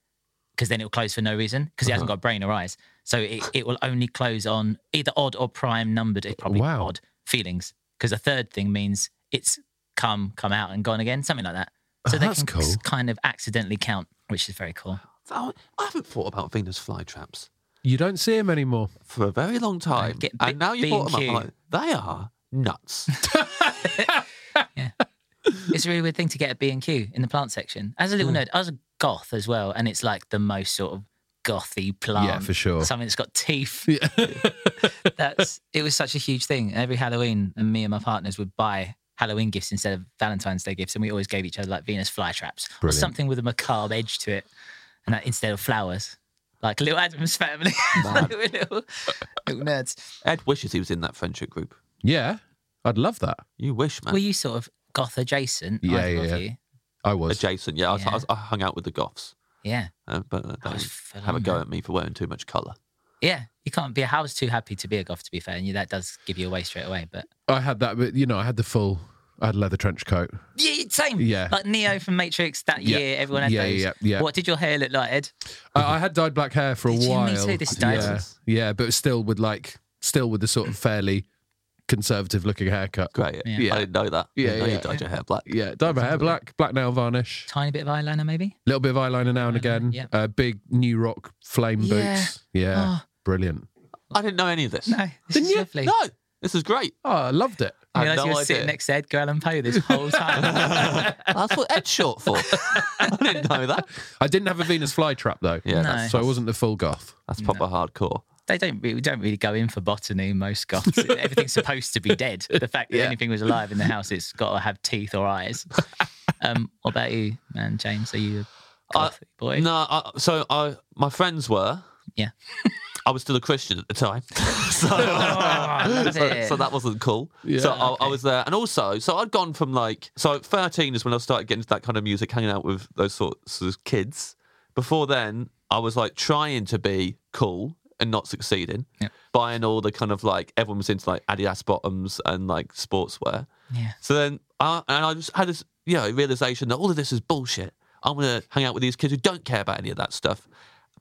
D: Because then it'll close for no reason because it hasn't
B: Uh-huh.
D: got a brain or eyes. So it, it will only close on either odd or prime numbered. It's probably
B: Wow.
D: odd feelings because a third thing means it's come, come out and gone again, something like that. So
B: Oh,
D: they
B: that's
D: can s-
B: cool.
D: kind of accidentally count, which is very cool.
C: Oh, I haven't thought about Venus flytraps
B: You don't see him anymore.
C: for a very long time.
D: get B-
C: and now you brought them up. I'm
D: B&Q.
C: like, they are nuts.
D: it's a really weird thing to get a B and Q in the plant section. As a
B: Hmm.
D: little nerd, I was a goth as well, and it's like the most sort of gothy plant.
B: Yeah, for sure.
D: Something that's got teeth. that's it was such a huge thing. Every Halloween, and me and my partners would buy Halloween gifts instead of Valentine's Day gifts, and we always gave each other like Venus flytraps or
B: Brilliant.
D: something with a macabre edge to it, and that instead of flowers, like little Adam's family,
C: Man.
D: We're little, little nerds.
C: Ed wishes he was in that friendship group.
B: Yeah. I'd love that.
C: You wish, man.
D: Were you sort of goth adjacent?
B: Yeah,
D: either of
B: yeah.
D: you?
B: I was.
C: Adjacent, yeah. I, was- I
D: Yeah.
C: was- I hung out with the goths,
D: yeah.
C: uh, but uh,
D: I
C: they
D: was full
C: have a
D: on
C: go
D: that.
C: at me for wearing too much colour.
D: Yeah, you can't be. I was too happy to be a goth, to be fair, and you- that does give you away straight away. But
B: I had that, but you know, I had the full. I had a leather trench coat.
D: yeah, same.
B: Yeah.
D: like Neo from Matrix that
B: Yeah.
D: year. Everyone had
B: Yeah,
D: those.
B: yeah, yeah.
D: What did your hair look like, Ed?
B: I, I had dyed black hair for a
D: Did you? Me
B: while.
D: too, this dyed.
B: yeah, yeah, but still with like, still with the sort of fairly conservative looking haircut.
C: Great.
D: Yeah.
B: Yeah.
C: I didn't know that.
B: Yeah,
C: I didn't know
B: yeah.
C: you dyed your hair black.
B: Yeah, dyed my hair black, black nail varnish,
D: Tiny bit of eyeliner, maybe.
B: little bit of eyeliner now and again.
D: yeah.
B: Uh, big new rock flame
D: Yeah. Ah.
B: boots. Yeah, brilliant.
C: I didn't know any of this.
D: No, this is lovely.
C: No, this is great.
B: Oh, I loved it.
D: I
C: I had
D: realised
C: no
D: you were
C: idea.
D: sitting next to Edgar Allan Poe this whole time.
C: That's what Ed's short for. I didn't know that.
B: I didn't have a Venus flytrap though,
C: Yeah,
D: No.
C: that's,
B: so I wasn't the full goth.
C: that's proper hardcore.
D: they don't really, don't really go in for botany. Most goths, everything's supposed to be dead. The fact that
B: Yeah.
D: anything was alive in the house, it's got to have teeth or eyes. Um, what about you, man, James? Are you a
C: I-
D: goth boy?
C: No, I, so I, my friends were.
D: Yeah.
C: I was still a Christian at the time, so,
D: I love
C: so,
D: Oh, it.
C: so that wasn't cool.
B: Yeah.
C: so I, I was there, and also, so I'd gone from like, so at thirteen is when I started getting into that kind of music, hanging out with those sorts of kids. Before then, I was like trying to be cool and not succeeding,
D: Yeah.
C: buying all the kind of like everyone was into like Adidas bottoms and like sportswear.
D: Yeah.
C: So then, I, and I just had this, you know, realization that all of this is bullshit. I'm gonna hang out with these kids who don't care about any of that stuff.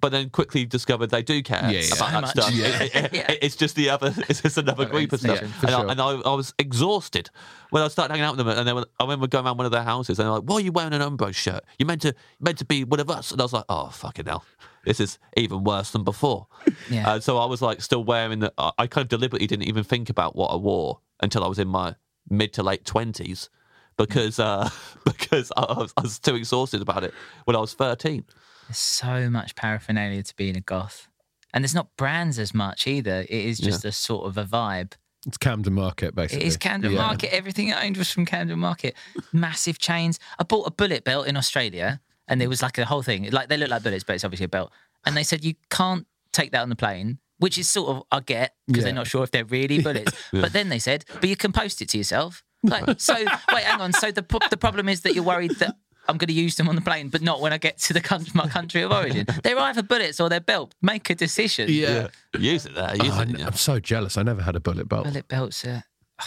C: But then quickly discovered they do care
B: Yeah, yeah.
C: about
D: So
C: that
D: much.
C: stuff.
D: Yeah.
C: It- it-
D: Yeah.
C: It's just the other, it's just another
D: Other
C: group of stuff.
D: extension.
B: Yeah, for
C: and I,
B: sure.
C: and I, I was exhausted when I started hanging out with them. And they were, I remember going around one of their houses and they're like, "Why are you wearing an Umbro shirt? You meant to you meant to be one of us." And I was like, "Oh fucking hell, this is even worse than before."
D: Yeah.
C: Uh, so I was like still wearing the. I I kind of deliberately didn't even think about what I wore until I was in my mid to late twenties, because uh, because I was, I was too exhausted about it when I was thirteen.
D: There's so much paraphernalia to being a goth. And there's not brands as much either. It is just a sort of a vibe.
B: It's Camden Market basically.
D: It is Camden
B: Yeah.
D: Market. Everything I owned was from Camden Market. Massive chains. I bought a bullet belt in Australia and it was like a whole thing. Like they look like bullets, but it's obviously a belt. And they said you can't take that on the plane, which is sort of I get because
B: Yeah.
D: they're not sure if they're really bullets. But then they said, but you can post it to yourself. Like, so wait, hang on. So the pro- the problem is that you're worried that I'm going to use them on the plane, but not when I get to the country, my country of origin. They're either bullets or they're belt. Make a decision.
B: Yeah.
C: Use it there. Use
B: Oh,
C: it.
B: I'm,
C: yeah.
B: I'm so jealous. I never had a bullet belt.
D: Bullet belts are.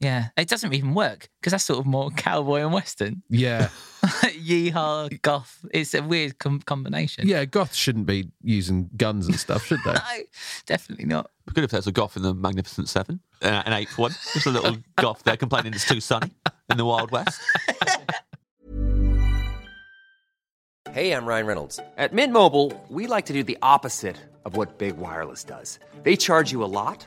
D: Yeah, it doesn't even work because that's sort of more cowboy and western.
B: Yeah.
D: Yeehaw, goth. It's a weird com- combination.
B: Yeah, goths shouldn't be using guns and stuff, should they?
D: No, definitely not.
C: We could have there's a goth in the Magnificent Seven, uh, an eighth one. Just a little goth there complaining it's too sunny in the Wild West.
E: Hey, I'm Ryan Reynolds. At Mint Mobile, we like to do the opposite of what Big Wireless does. They charge you a lot,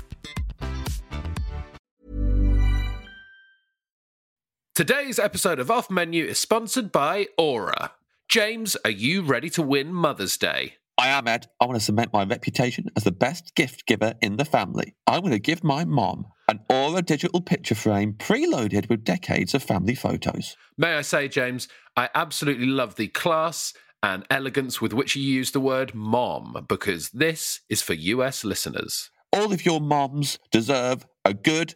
B: Today's episode of Off Menu is sponsored by Aura. James, are you ready to win Mother's Day?
C: I am Ed. I want to cement my reputation as the best gift giver in the family. I'm going to give my mom an Aura digital picture frame preloaded with decades of family photos.
B: May I say, James, I absolutely love the class and elegance with which you use the word mom because this is for US listeners.
C: All of your moms deserve a good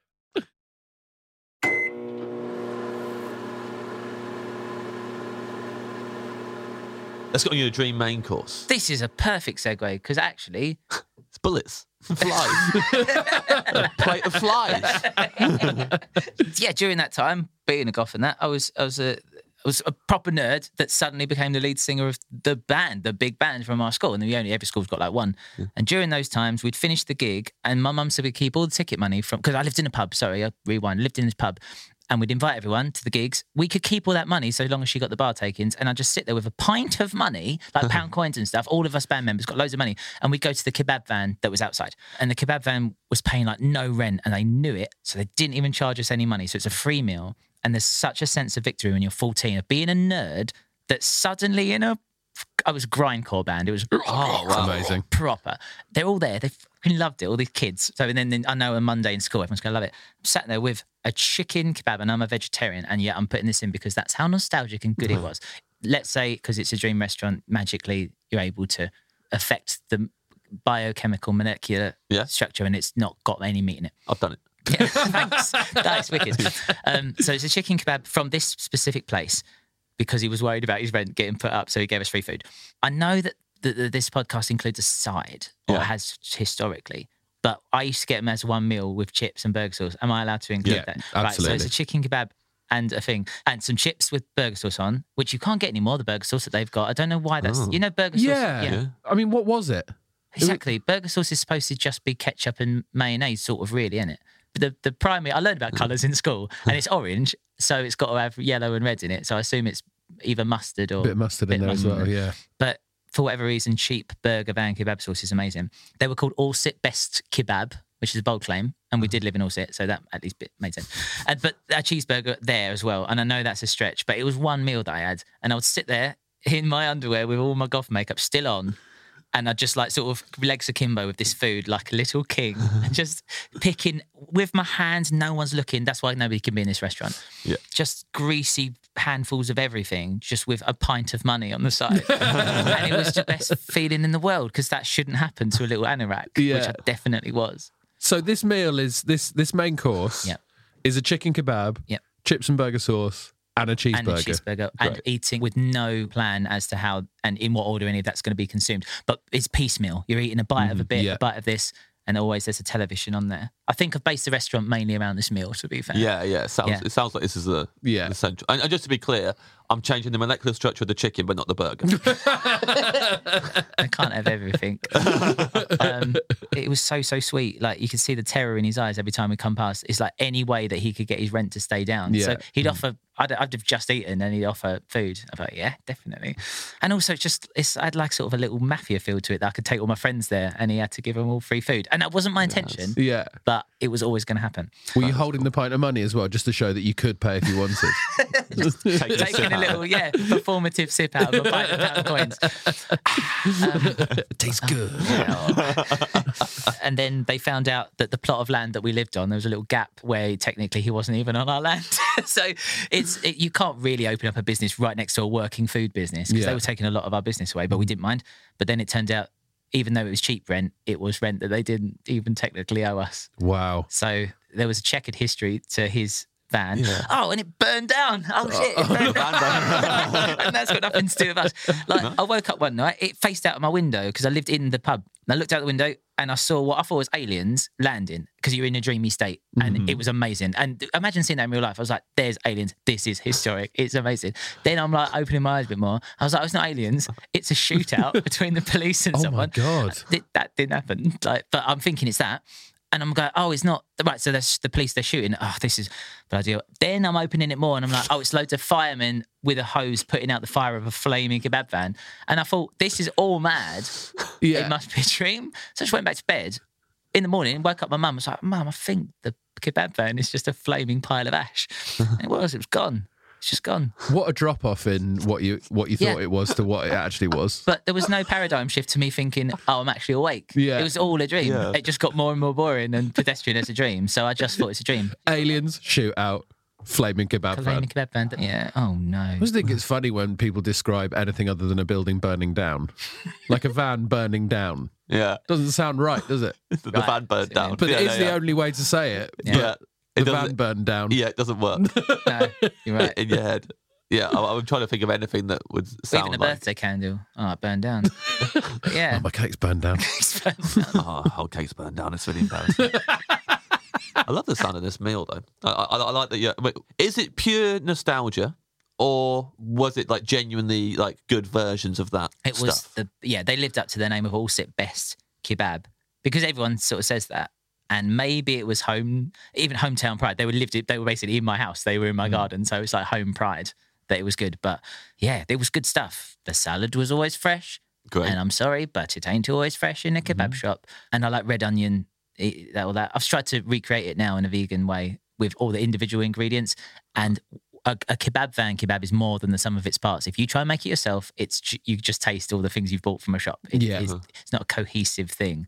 C: Let's get on your dream main course.
D: This is a perfect segue because actually,
C: It's bullets, flies, a plate of flies.
D: yeah, during that time, being a goth and that, I was I was a I was a proper nerd that suddenly became the lead singer of the band, the big band from our school. And we only every school's got like one. And during those times, we'd finish the gig, and my mum said we'd keep all the ticket money from because I lived in a pub. Sorry, I rewind. Lived in this pub, and we'd invite everyone to the gigs. We could keep all that money so long as she got the bar takings, and I'd just sit there with a pint of money, like pound coins and stuff. All of us band members got loads of money, and we'd go to the kebab van that was outside, and the kebab van was paying like no rent, and they knew it, so they didn't even charge us any money. So it's a free meal, and there's such a sense of victory when you're 14 of being a nerd that suddenly in a I was grindcore band. It was oh,
B: Amazing.
D: proper. They're all there. They fucking loved it. All these kids. So and then, then I know on Monday in school, everyone's gonna love it. I'm sat there with a chicken kebab, and I'm a vegetarian, and yet I'm putting this in because that's how nostalgic and good it was. Let's say because it's a dream restaurant, magically you're able to affect the biochemical molecular
C: Yeah.
D: structure, and it's not got any meat in it.
C: I've done it.
D: Yeah, thanks. That is wicked. Um, so it's a chicken kebab from this specific place because he was worried about his rent getting put up, so he gave us free food. I know that th- th- this podcast includes a side or
C: Yeah.
D: has historically, but I used to get them as one meal with chips and burger sauce. Am I allowed to include
B: Yeah,
D: that? so it's
B: absolutely.
D: a chicken kebab. And a thing, and some chips with burger sauce on, which you can't get anymore. The burger sauce that they've got, I don't know why that's. You know, burger sauce.
B: Oh. Yeah. I mean, what was it?
D: Exactly. Burger sauce is supposed to just be ketchup and mayonnaise, sort of, really, isn't it? But the, the primary, I learned about colours in school, and it's orange, so it's got to have yellow and red in it. So I assume it's either mustard or
B: bit of mustard in
D: bit
B: there as well.
D: mustard
B: Yeah.
D: But for whatever reason, cheap burger van kebab sauce is amazing. They were called All Sit Best Kebab, which is a bold claim, and we did live in All Sit, so that at least bit made sense. And, but a cheeseburger there as well, and I know that's a stretch, but it was one meal that I had, and I would sit there in my underwear with all my golf makeup still on. And I'd just like sort of legs akimbo with this food, like a little king, and just picking with my hands. No one's looking. That's why nobody can be in this restaurant.
C: Yeah.
D: Just greasy handfuls of everything, just with a pint of money on the side. and it was the best feeling in the world because that shouldn't happen to a little anorak, which
B: Yeah.
D: I definitely was.
B: So this meal is this this main course
D: Yep.
B: is a chicken kebab,
D: Yep.
B: chips and burger sauce, and a cheeseburger.
D: And a cheeseburger and
B: Great.
D: eating with no plan as to how and in what order any of that's going to be consumed. But it's piecemeal. You're eating a bite of a bit,
B: Mm-hmm. yeah.
D: a bite of this, and always there's a television on there. I think I've based the restaurant mainly around this meal, to be fair.
C: Yeah, yeah. It sounds
D: Yeah.
C: it sounds like this is the
B: Yeah.
C: the central. And, and just to be clear, I'm changing the molecular structure of the chicken, but not the burger.
D: I can't have everything. um, it was so so sweet. Like you could see the terror in his eyes every time we come past. It's like any way that he could get his rent to stay down. So
B: Yeah.
D: he'd offer. I'd, I'd have just eaten, and he'd offer food. I thought, yeah, definitely. And also, it's just it's I had like sort of a little mafia feel to it that I could take all my friends there, and he had to give them all free food. And that wasn't my intention,
B: Yeah.
D: but it was always going to happen.
B: Were you holding the pint of money as well, just to show that you could pay if you wanted?
C: Taking a sip
D: Taking a
C: out.
D: little yeah performative sip out of a pint of pound coins.
B: it tastes good.
D: and then they found out that the plot of land that we lived on there was a little gap where technically he wasn't even on our land so it's it, you can't really open up a business right next to a working food business because
B: Yeah.
D: they were taking a lot of our business away but we didn't mind but then it turned out even though it was cheap rent it was rent that they didn't even technically owe us
B: Wow.
D: so there was a checkered history to his van. Oh, and it burned down. Oh, shit. It burned down. and that's got nothing to do with us. Like, I woke up one night, it faced out of my window because I lived in the pub. And I looked out the window and I saw what I thought was aliens landing because you're in a dreamy state. And
B: Mm-hmm.
D: it was amazing. And imagine seeing that in real life. I was like, there's aliens. This is historic. It's amazing. Then I'm like opening my eyes a bit more. I was like, "Oh, it's not aliens. It's a shootout between the police and
B: Oh my
D: someone.
B: God.
D: Th- that didn't happen. Like, but I'm thinking it's that. And I'm going, oh, it's not right. So that's the police they're shooting. Oh, this is bloody. hell. Then I'm opening it more, and I'm like, oh, it's loads of firemen with a hose putting out the fire of a flaming kebab van. And I thought, this is all mad.
B: Yeah.
D: It must be a dream. So I just went back to bed. In the morning, woke up my mum. I was like, Mum, I think the kebab van is just a flaming pile of ash. and it was. It was gone. It's just gone.
B: What a drop off in what you what you
D: Yeah.
B: thought it was to what it actually was.
D: But there was no paradigm shift to me thinking, oh, I'm actually awake.
B: Yeah.
D: It was all a dream. It just got more and more boring and pedestrian as a dream. So I just thought it's a dream.
B: Aliens shoot out flaming kebab
D: Kalani
B: van.
D: Kebab Band. Yeah. Oh, no.
B: I just think it's funny when people describe anything other than a building burning down, like a van burning down.
C: Yeah,
B: Doesn't sound right, does it?
C: the, the
D: Right.
C: van burned down.
B: But
C: yeah,
B: it is
C: yeah,
B: the
C: yeah.
B: only way to say it.
D: Yeah.
C: Yeah, it
B: But the van
C: doesn't.
B: burned down.
C: Yeah, it doesn't work
D: No, you're right.
C: in your head. Yeah, I, I'm trying to think of anything that would sound
D: Even a
C: like.
D: birthday candle. Oh, it burned down. But
B: Oh,
D: yeah.
B: my cake's burned down.
C: oh, whole cake's burned down. It's really embarrassing. I love the sound of this meal, though. I, I, I like that. Yeah, wait, is it pure nostalgia, or was it like genuinely like good versions of that?
D: It was
C: stuff?
D: the yeah. They lived up to their name of all sit best kebab because everyone sort of says that, and maybe it was home even hometown pride. They were lived. They were basically in my house. They were in my
C: Hmm.
D: garden, so it's like home pride that it was good. But yeah, it was good stuff. The salad was always fresh,
C: great.
D: and I'm sorry, but it ain't always fresh in a kebab shop. And I like red onion, eh, that all that. I've tried to recreate it now in a vegan way with all the individual ingredients. And a, a kebab van kebab is more than the sum of its parts. If you try and make it yourself, it's ju- you just taste all the things you've bought from a shop. It
B: Yeah.
D: is- it's not a cohesive thing.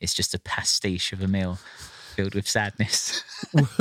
D: It's just a pastiche of a meal filled with sadness.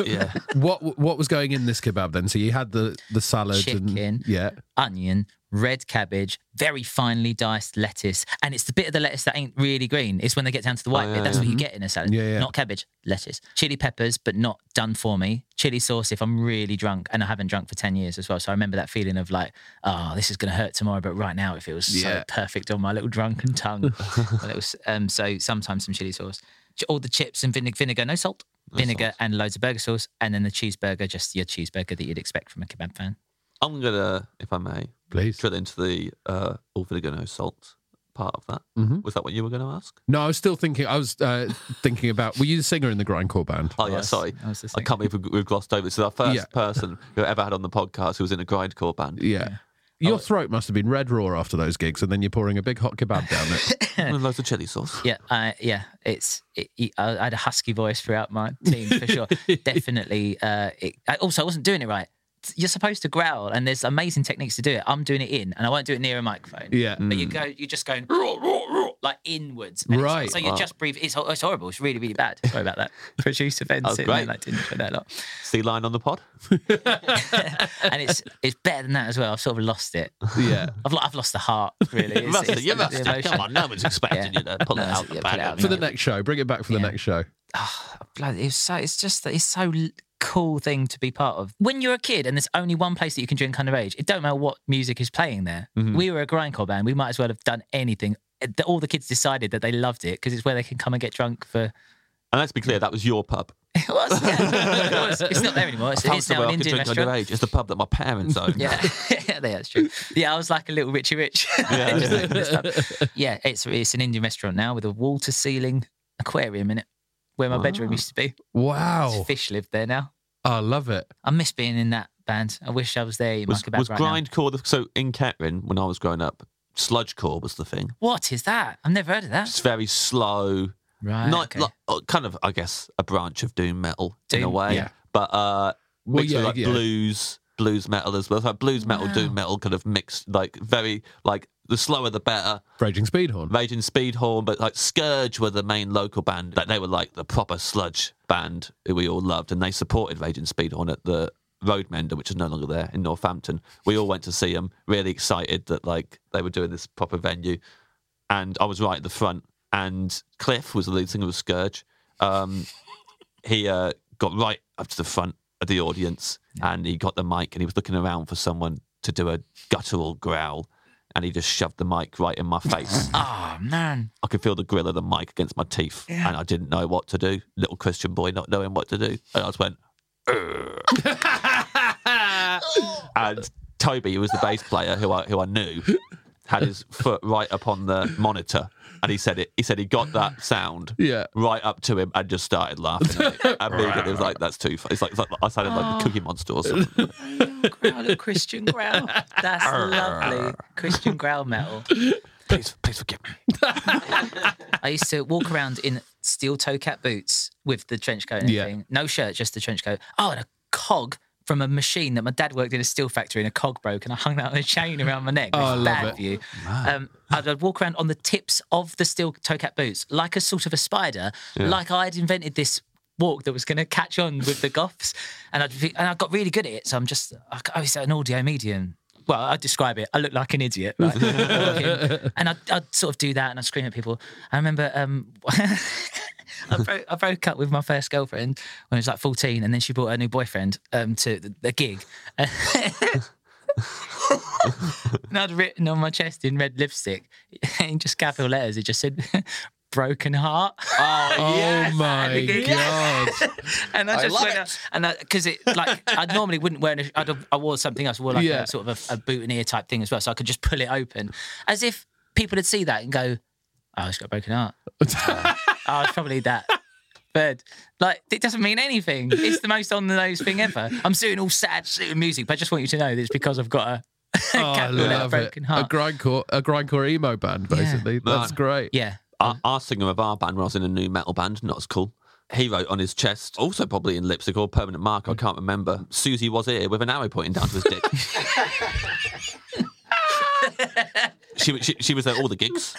C: yeah,
B: What what was going in this kebab then? So you had the the salad
D: Chicken.
B: and yeah,
D: onion, red cabbage, very finely diced lettuce, and it's the bit of the lettuce that ain't really green. It's when they get down to the white
C: yeah,
D: bit. That's
C: yeah.
D: what you get in a salad.
B: Yeah, yeah.
D: Not cabbage, lettuce. Chili peppers, but not done for me. Chili sauce if I'm really drunk, and I haven't drunk for 10 years as well. So I remember that feeling of like, oh, this is going to hurt tomorrow, but right now it feels
B: Yeah.
D: so perfect on my little drunken tongue. My little- um, so sometimes some chili sauce. Ch- All the chips and vinegar, vinegar, no salt, vinegar, and loads of burger sauce, and then the cheeseburger, just your cheeseburger that you'd expect from a kebab fan.
C: I'm gonna, if I may,
B: please.
C: drill into the uh, all vinegar no salt part of that.
B: Mhm.
C: Was that what you were going to ask?
B: No, I was still thinking. I was uh, thinking about. Were you the singer in the grindcore band?
C: Oh yeah,
D: was-
C: sorry.
D: I was just
C: I can't believe we- we've glossed over. This is our first
B: Yeah.
C: person who ever had on the podcast who was in a grindcore band.
B: Yeah, Your throat must have been red raw after those gigs, and then you're pouring a big hot kebab down it.
C: With loads of chili sauce.
D: Yeah, I yeah, it's it, it- I I had a husky voice throughout my team for sure. Definitely. Uh, it, I, also, I wasn't doing it right. You're supposed to growl, and there's amazing techniques to do it. I'm doing it in, and I won't do it near a microphone.
B: Yeah.
D: but
C: Mm.
D: you go, you're just going "Roar, roar, roar," like inwards, and it's-
B: Right.
D: So you
C: Wow.
D: just breathe. It's, ho- it's horrible. It's really, really bad. Sorry about that. Producer Ben
C: was
D: sitting there,
C: Oh, great.
D: like, didn't enjoy that a lot.
C: Sea lion on the pod.
D: And it's it's better than that as well. I've sort of lost it.
B: yeah.
D: I've, lo- I've lost the heart. Really, It's-
C: Must-
D: it's
C: you
D: the-
C: must-
D: the
C: Come
D: emotion.
C: on, no one's expecting
D: Yeah.
C: you to pull
D: No,
C: it out
D: yeah,
C: the
D: pull it
C: bag.
D: out
B: For the next show, bring it back for the next show.
D: Oh, bloody, it was so it's just that it's so l- cool thing to be part of when you're a kid and there's only one place that you can drink underage it don't matter what music is playing there we were a grindcore band we might as well have done anything Uh, the- all the kids decided that they loved it because it's where they can come and get drunk for
C: And let's be clear, that was your pub.
D: it was, yeah. it was. it's not there anymore it's,
C: Pubs
D: it's
C: the
D: now
C: way
D: an
C: I could
D: indian
C: drink
D: restaurant
C: underage. It's the pub that my parents own.
D: yeah, yeah, that's true. Yeah, I was like a little Richie Rich.
C: Yeah.
D: Just like this stuff. yeah, it's it's an Indian restaurant now with a wall to ceiling aquarium in it, where my bedroom used to be.
B: Wow.
D: Fish live there now.
B: I love it.
D: I miss being in that band. I wish I was there. You
C: Was,
D: might go back
C: was
D: right now.
C: grindcore the, so in Kettering when I was growing up? Sludgecore was the thing.
D: What is that? I've never heard of that.
C: It's very slow,
D: Right.
C: not
D: okay.
C: like, uh, kind of I guess a branch of doom metal in a
D: Doom,
C: way,
B: yeah.
C: but uh,
B: Well,
C: mixed
B: yeah,
C: with like
B: yeah.
C: blues, blues metal as well. So like blues metal, doom metal, kind of mixed, like very like the slower the better.
B: Raging Speedhorn.
C: Raging Speedhorn, but like Scourge were the main local band. Like they were like the proper sludge band who we all loved, and they supported Raging Speedhorn at the Roadmender, which is no longer there in Northampton. We all went to see them, really excited that like they were doing this proper venue, and I was right at the front. And Cliff was the lead singer of Scourge. Um, he uh, got right up to the front of the audience and he got the mic and he was looking around for someone to do a guttural growl and he just shoved the mic right in my face.
D: Oh man.
C: I could feel the grill of the mic against my teeth, and I didn't know what to do. Little Christian boy, not knowing what to do, and I just went. "Ugh." and Toby, who was the bass player, who I who I knew, had his foot right up on the monitor, and he said it. He said he got that sound
B: Yeah.
C: right up to him and just started laughing. At it. Immediately, it was like that's too. Funny. It's like, it's like I sounded like the Cookie Monster or something.
D: Growl, little Christian growl. That's lovely. Christian growl metal.
C: please, please forgive me.
D: I used to walk around in steel toe cap boots with the trench coat and
B: Yeah.
D: everything. No shirt, just the trench coat. Oh, and a cog from a machine that my dad worked in a steel factory and a cog broke and I hung that on a chain around my neck.
B: Oh, I
D: It's
B: love
D: bad
B: it.
D: view. Um, I'd, I'd walk around on the tips of the steel toe cap boots like a sort of a spider, like I'd invented this walk that was going to catch on with the goths. And, I'd, be- and I got really good at it. So I'm just, I, I was an audio medium. Well, I'd describe it. I look like an idiot. Like, walking. and I'd, I'd sort of do that and I'd scream at people. I remember um, I, broke, I broke up with my first girlfriend when I was like 14, and then she brought her new boyfriend um, to the, the gig. and I'd written on my chest in red lipstick, in just capital letters, it just said, broken heart.
B: Oh my god.
D: and I just went out, and because it like I normally wouldn't wear, an, I'd, I wore something else, I wore like
B: Yeah.
D: a, sort of a, a boot and ear type thing as well, so I could just pull it open, as if people would see that and go, "Oh, he's got a broken heart." oh, it's probably that. But like, it doesn't mean anything. It's the most on the nose thing ever. I'm doing all sad, suiting music, but I just want you to know that it's because I've got a
B: Oh, I
D: Capital letter,
B: love it.
D: broken
B: A
D: heart.
B: grindcore, a grindcore emo band, basically. That's
C: Man.
B: great.
D: yeah.
C: Our, our singer of our band when I was in a new metal band, not as cool. He wrote on his chest, also probably in lipstick or permanent mark, I
B: Mm.
C: can't remember. Susie was here with an arrow pointing down to his dick. she, wa- she she was at all the gigs.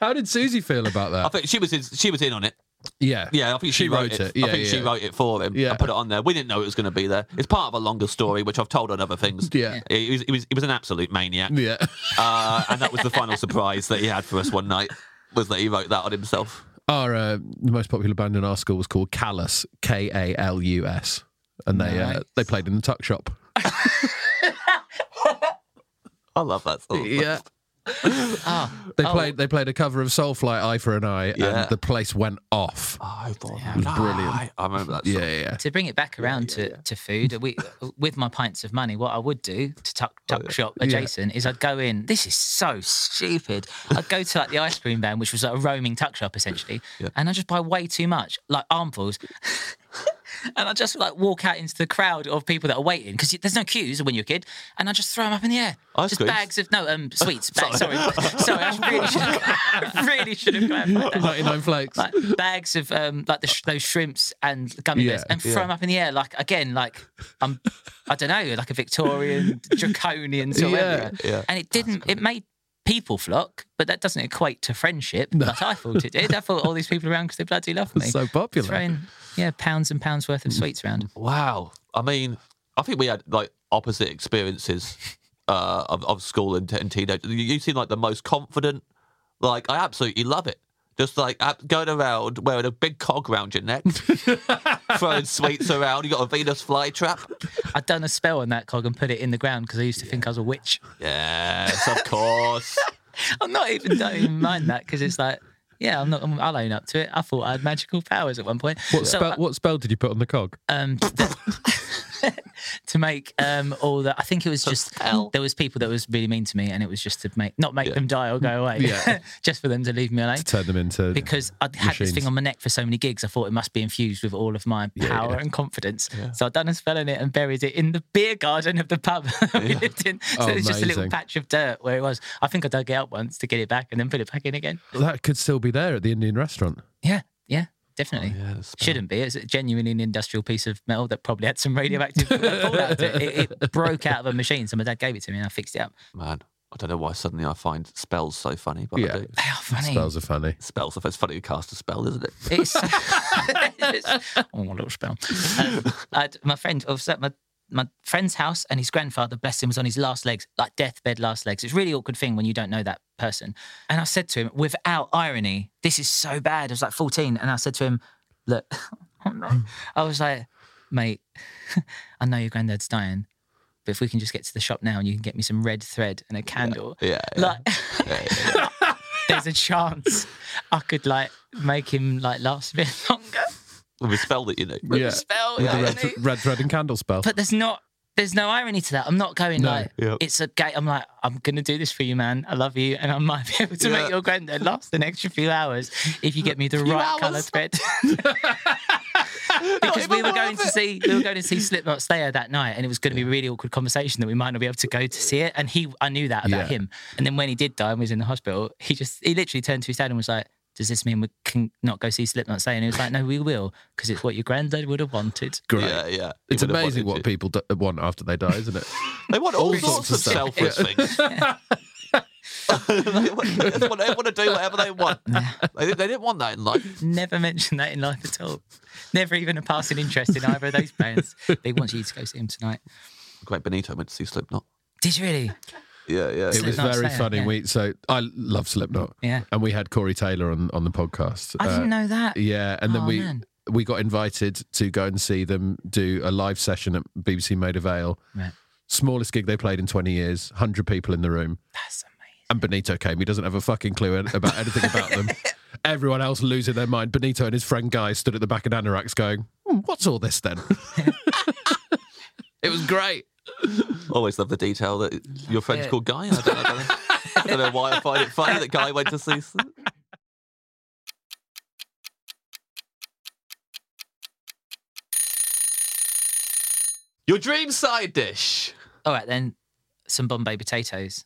B: How did Susie feel about
C: I
B: that?
C: think she was his, she was in on it.
B: yeah.
C: Yeah, I think she, wrote, it.
B: Yeah,
C: I think she
B: yeah.
C: wrote it for him.
B: Yeah.
C: I put it on there. We didn't know it was going to be there. It's part of a longer story, which I've told on other things.
B: Yeah.
C: he was he was, he was an absolute maniac,
B: Yeah.
C: uh, and that was the final surprise that he had for us one night was that he wrote that on himself.
B: Our uh, the most popular band in our school was called Callus, K A L U S, and they uh,
D: Nice.
B: they played in the tuck shop.
C: I love that song.
D: Oh,
B: They
D: Oh.
B: played they played a cover of Soulfly, Eye for an Eye,
C: Yeah.
B: and the place went off.
C: Oh, boy.
B: brilliant.
C: I, I remember that.
B: Yeah,
C: Song.
B: yeah, yeah.
D: to bring it back around to, to food, we with my pints of money, what I would do to tuck
B: Oh,
D: tuck shop adjacent is I'd go in. This is so stupid. I'd go to like the ice cream van, which was like a roaming tuck shop essentially, and I just buy way too much, like armfuls. And I just like walk out into the crowd of people that are waiting because there's no queues when you're a kid. And I just throw them up in the air.
C: Ice
D: just
C: creams?
D: bags of, no, um, sweets. Bags, sorry. sorry, I really should have, I really should have clarified that.
B: 99 flakes.
D: Like bags of um, like the sh- those shrimps and gummy
B: Yeah,
D: bears, and throw them up in the air like again, like I'm, I don't know, like a Victorian draconian sort
B: Yeah,
D: of era.
C: yeah.
D: And it didn't. It made people flock, but that doesn't equate to friendship. Like I thought it did. I thought all these people around because they bloody love me.
B: so popular.
D: Throwing yeah pounds and pounds worth of sweets around.
C: Wow. I mean, I think we had like opposite experiences uh, of, of school and, and teenage. You, you seem like the most confident. Like, I absolutely love it. Just like ab- going around wearing a big cog round your neck, throwing sweets around. You got a Venus flytrap.
D: I'd done a spell on that cog and put it in the ground because I used to think I was a witch.
C: Yes, of course.
D: I'm not even don't even mind that because it's like. Yeah, I'm not. I'm, I'll own up to it. I thought I had magical powers at one point.
B: What,
D: So
B: spell, what spell did you put on the cog?
D: um, to make um, all the. I think it was just
C: spell.
D: there was people that was really mean to me, and it was just to make not make them die or go away,
B: Yeah.
D: just for them to leave me alone.
B: Turn them into.
D: Because I had this
B: machines.
D: thing on my neck for so many gigs, I thought it must be infused with all of my power and confidence. So I'd done a spell in it and buried it in the beer garden of the pub we lived in. So
B: Oh,
D: it was just a little
B: amazing.
D: patch of dirt where it was. I think I dug it up once to get it back and then put it back in again.
B: that could still be there at the Indian restaurant.
D: Yeah, yeah, definitely.
C: Oh, yeah, the spell.
D: Shouldn't be. It's a genuinely an industrial piece of metal that probably had some radioactive uh, fallout to it. it. It broke out of a machine. So my dad gave it to me and I fixed it up.
C: Man, I don't know why suddenly I find spells so funny, but
B: Yeah.
C: I do.
D: They are funny.
B: Spells are funny.
C: Spells, it's funny to cast a spell, isn't it?
D: It's, it's- oh, my little spell. Um, I'd, my friend, I was at my my friend's house, and his grandfather, bless him, was on his last legs, like deathbed last legs. It's a really awkward thing when you don't know that person. And I said to him, without irony, this is so bad. I was like 14, and I said to him, look, oh no. I was like, mate, I know your granddad's dying, but if we can just get to the shop now and you can get me some red thread and a candle,
C: Yeah. yeah.
D: like there's a chance I could like make him like last a bit longer.
C: With a spell that you know.
B: Yeah.
D: Spell,
B: With the
D: yeah,
B: red, red thread and candle spell.
D: But there's not there's no irony to that. I'm not going
B: No,
D: like
C: yeah.
D: it's a gate. I'm like, I'm gonna do this for you, man. I love you, and I might be able to
C: Yeah.
D: make your granddad last an extra few hours if you get me the right colour thread. because we were going to see we were going to see Slipknot Slayer that night, and it was going to be a really awkward conversation that we might not be able to go to see it. And he, I knew that about
B: Yeah.
D: him. And then when he did die and was in the hospital, he just he literally turned to his dad and was like. Does this mean we can not go see Slipknot Slayer? And he was like, "No, we will, because it's what your granddad would have wanted."
B: Great.
C: Yeah, yeah.
B: It's
C: You would've
B: amazing
C: wanted
B: what
C: to.
B: people do- want after they die, isn't it?
C: They want
B: All
C: all sorts
B: sorts
C: of
B: of stuff.
C: selfless things. they, want, they just want- they want to do whatever they want. They, they didn't want that in life.
D: Never mentioned that in life at all. Never even a passing interest in either of those bands. They want you to go see them tonight.
C: Great Benito went to see Slipknot.
D: Did you really?
C: Yeah, yeah.
B: It was
D: Slipknot
B: very
D: Slayer,
B: funny.
D: yeah.
B: We so I love Slipknot.
D: Yeah.
B: And we had Corey Taylor on on the podcast.
D: I
B: Uh,
D: didn't know that.
B: Yeah, and then
D: Oh,
B: we
D: man.
B: we got invited to go and see them do a live session at BBC Maid of Vale.
D: Right.
B: Smallest gig they played in 20 years, 100 people in the room.
D: That's amazing.
B: And Benito came. He doesn't have a fucking clue an- about anything about them. Everyone else losing their mind. Benito and his friend Guy stood at the back of Anoraks going, "Hmm, What's all this then? it was great.
C: Always love the detail that your friend's
D: it.
C: called Guy. I don't, I, don't know, I don't know why I find it funny that Guy went to see. Slip- Your dream side dish.
D: All right, then some Bombay potatoes,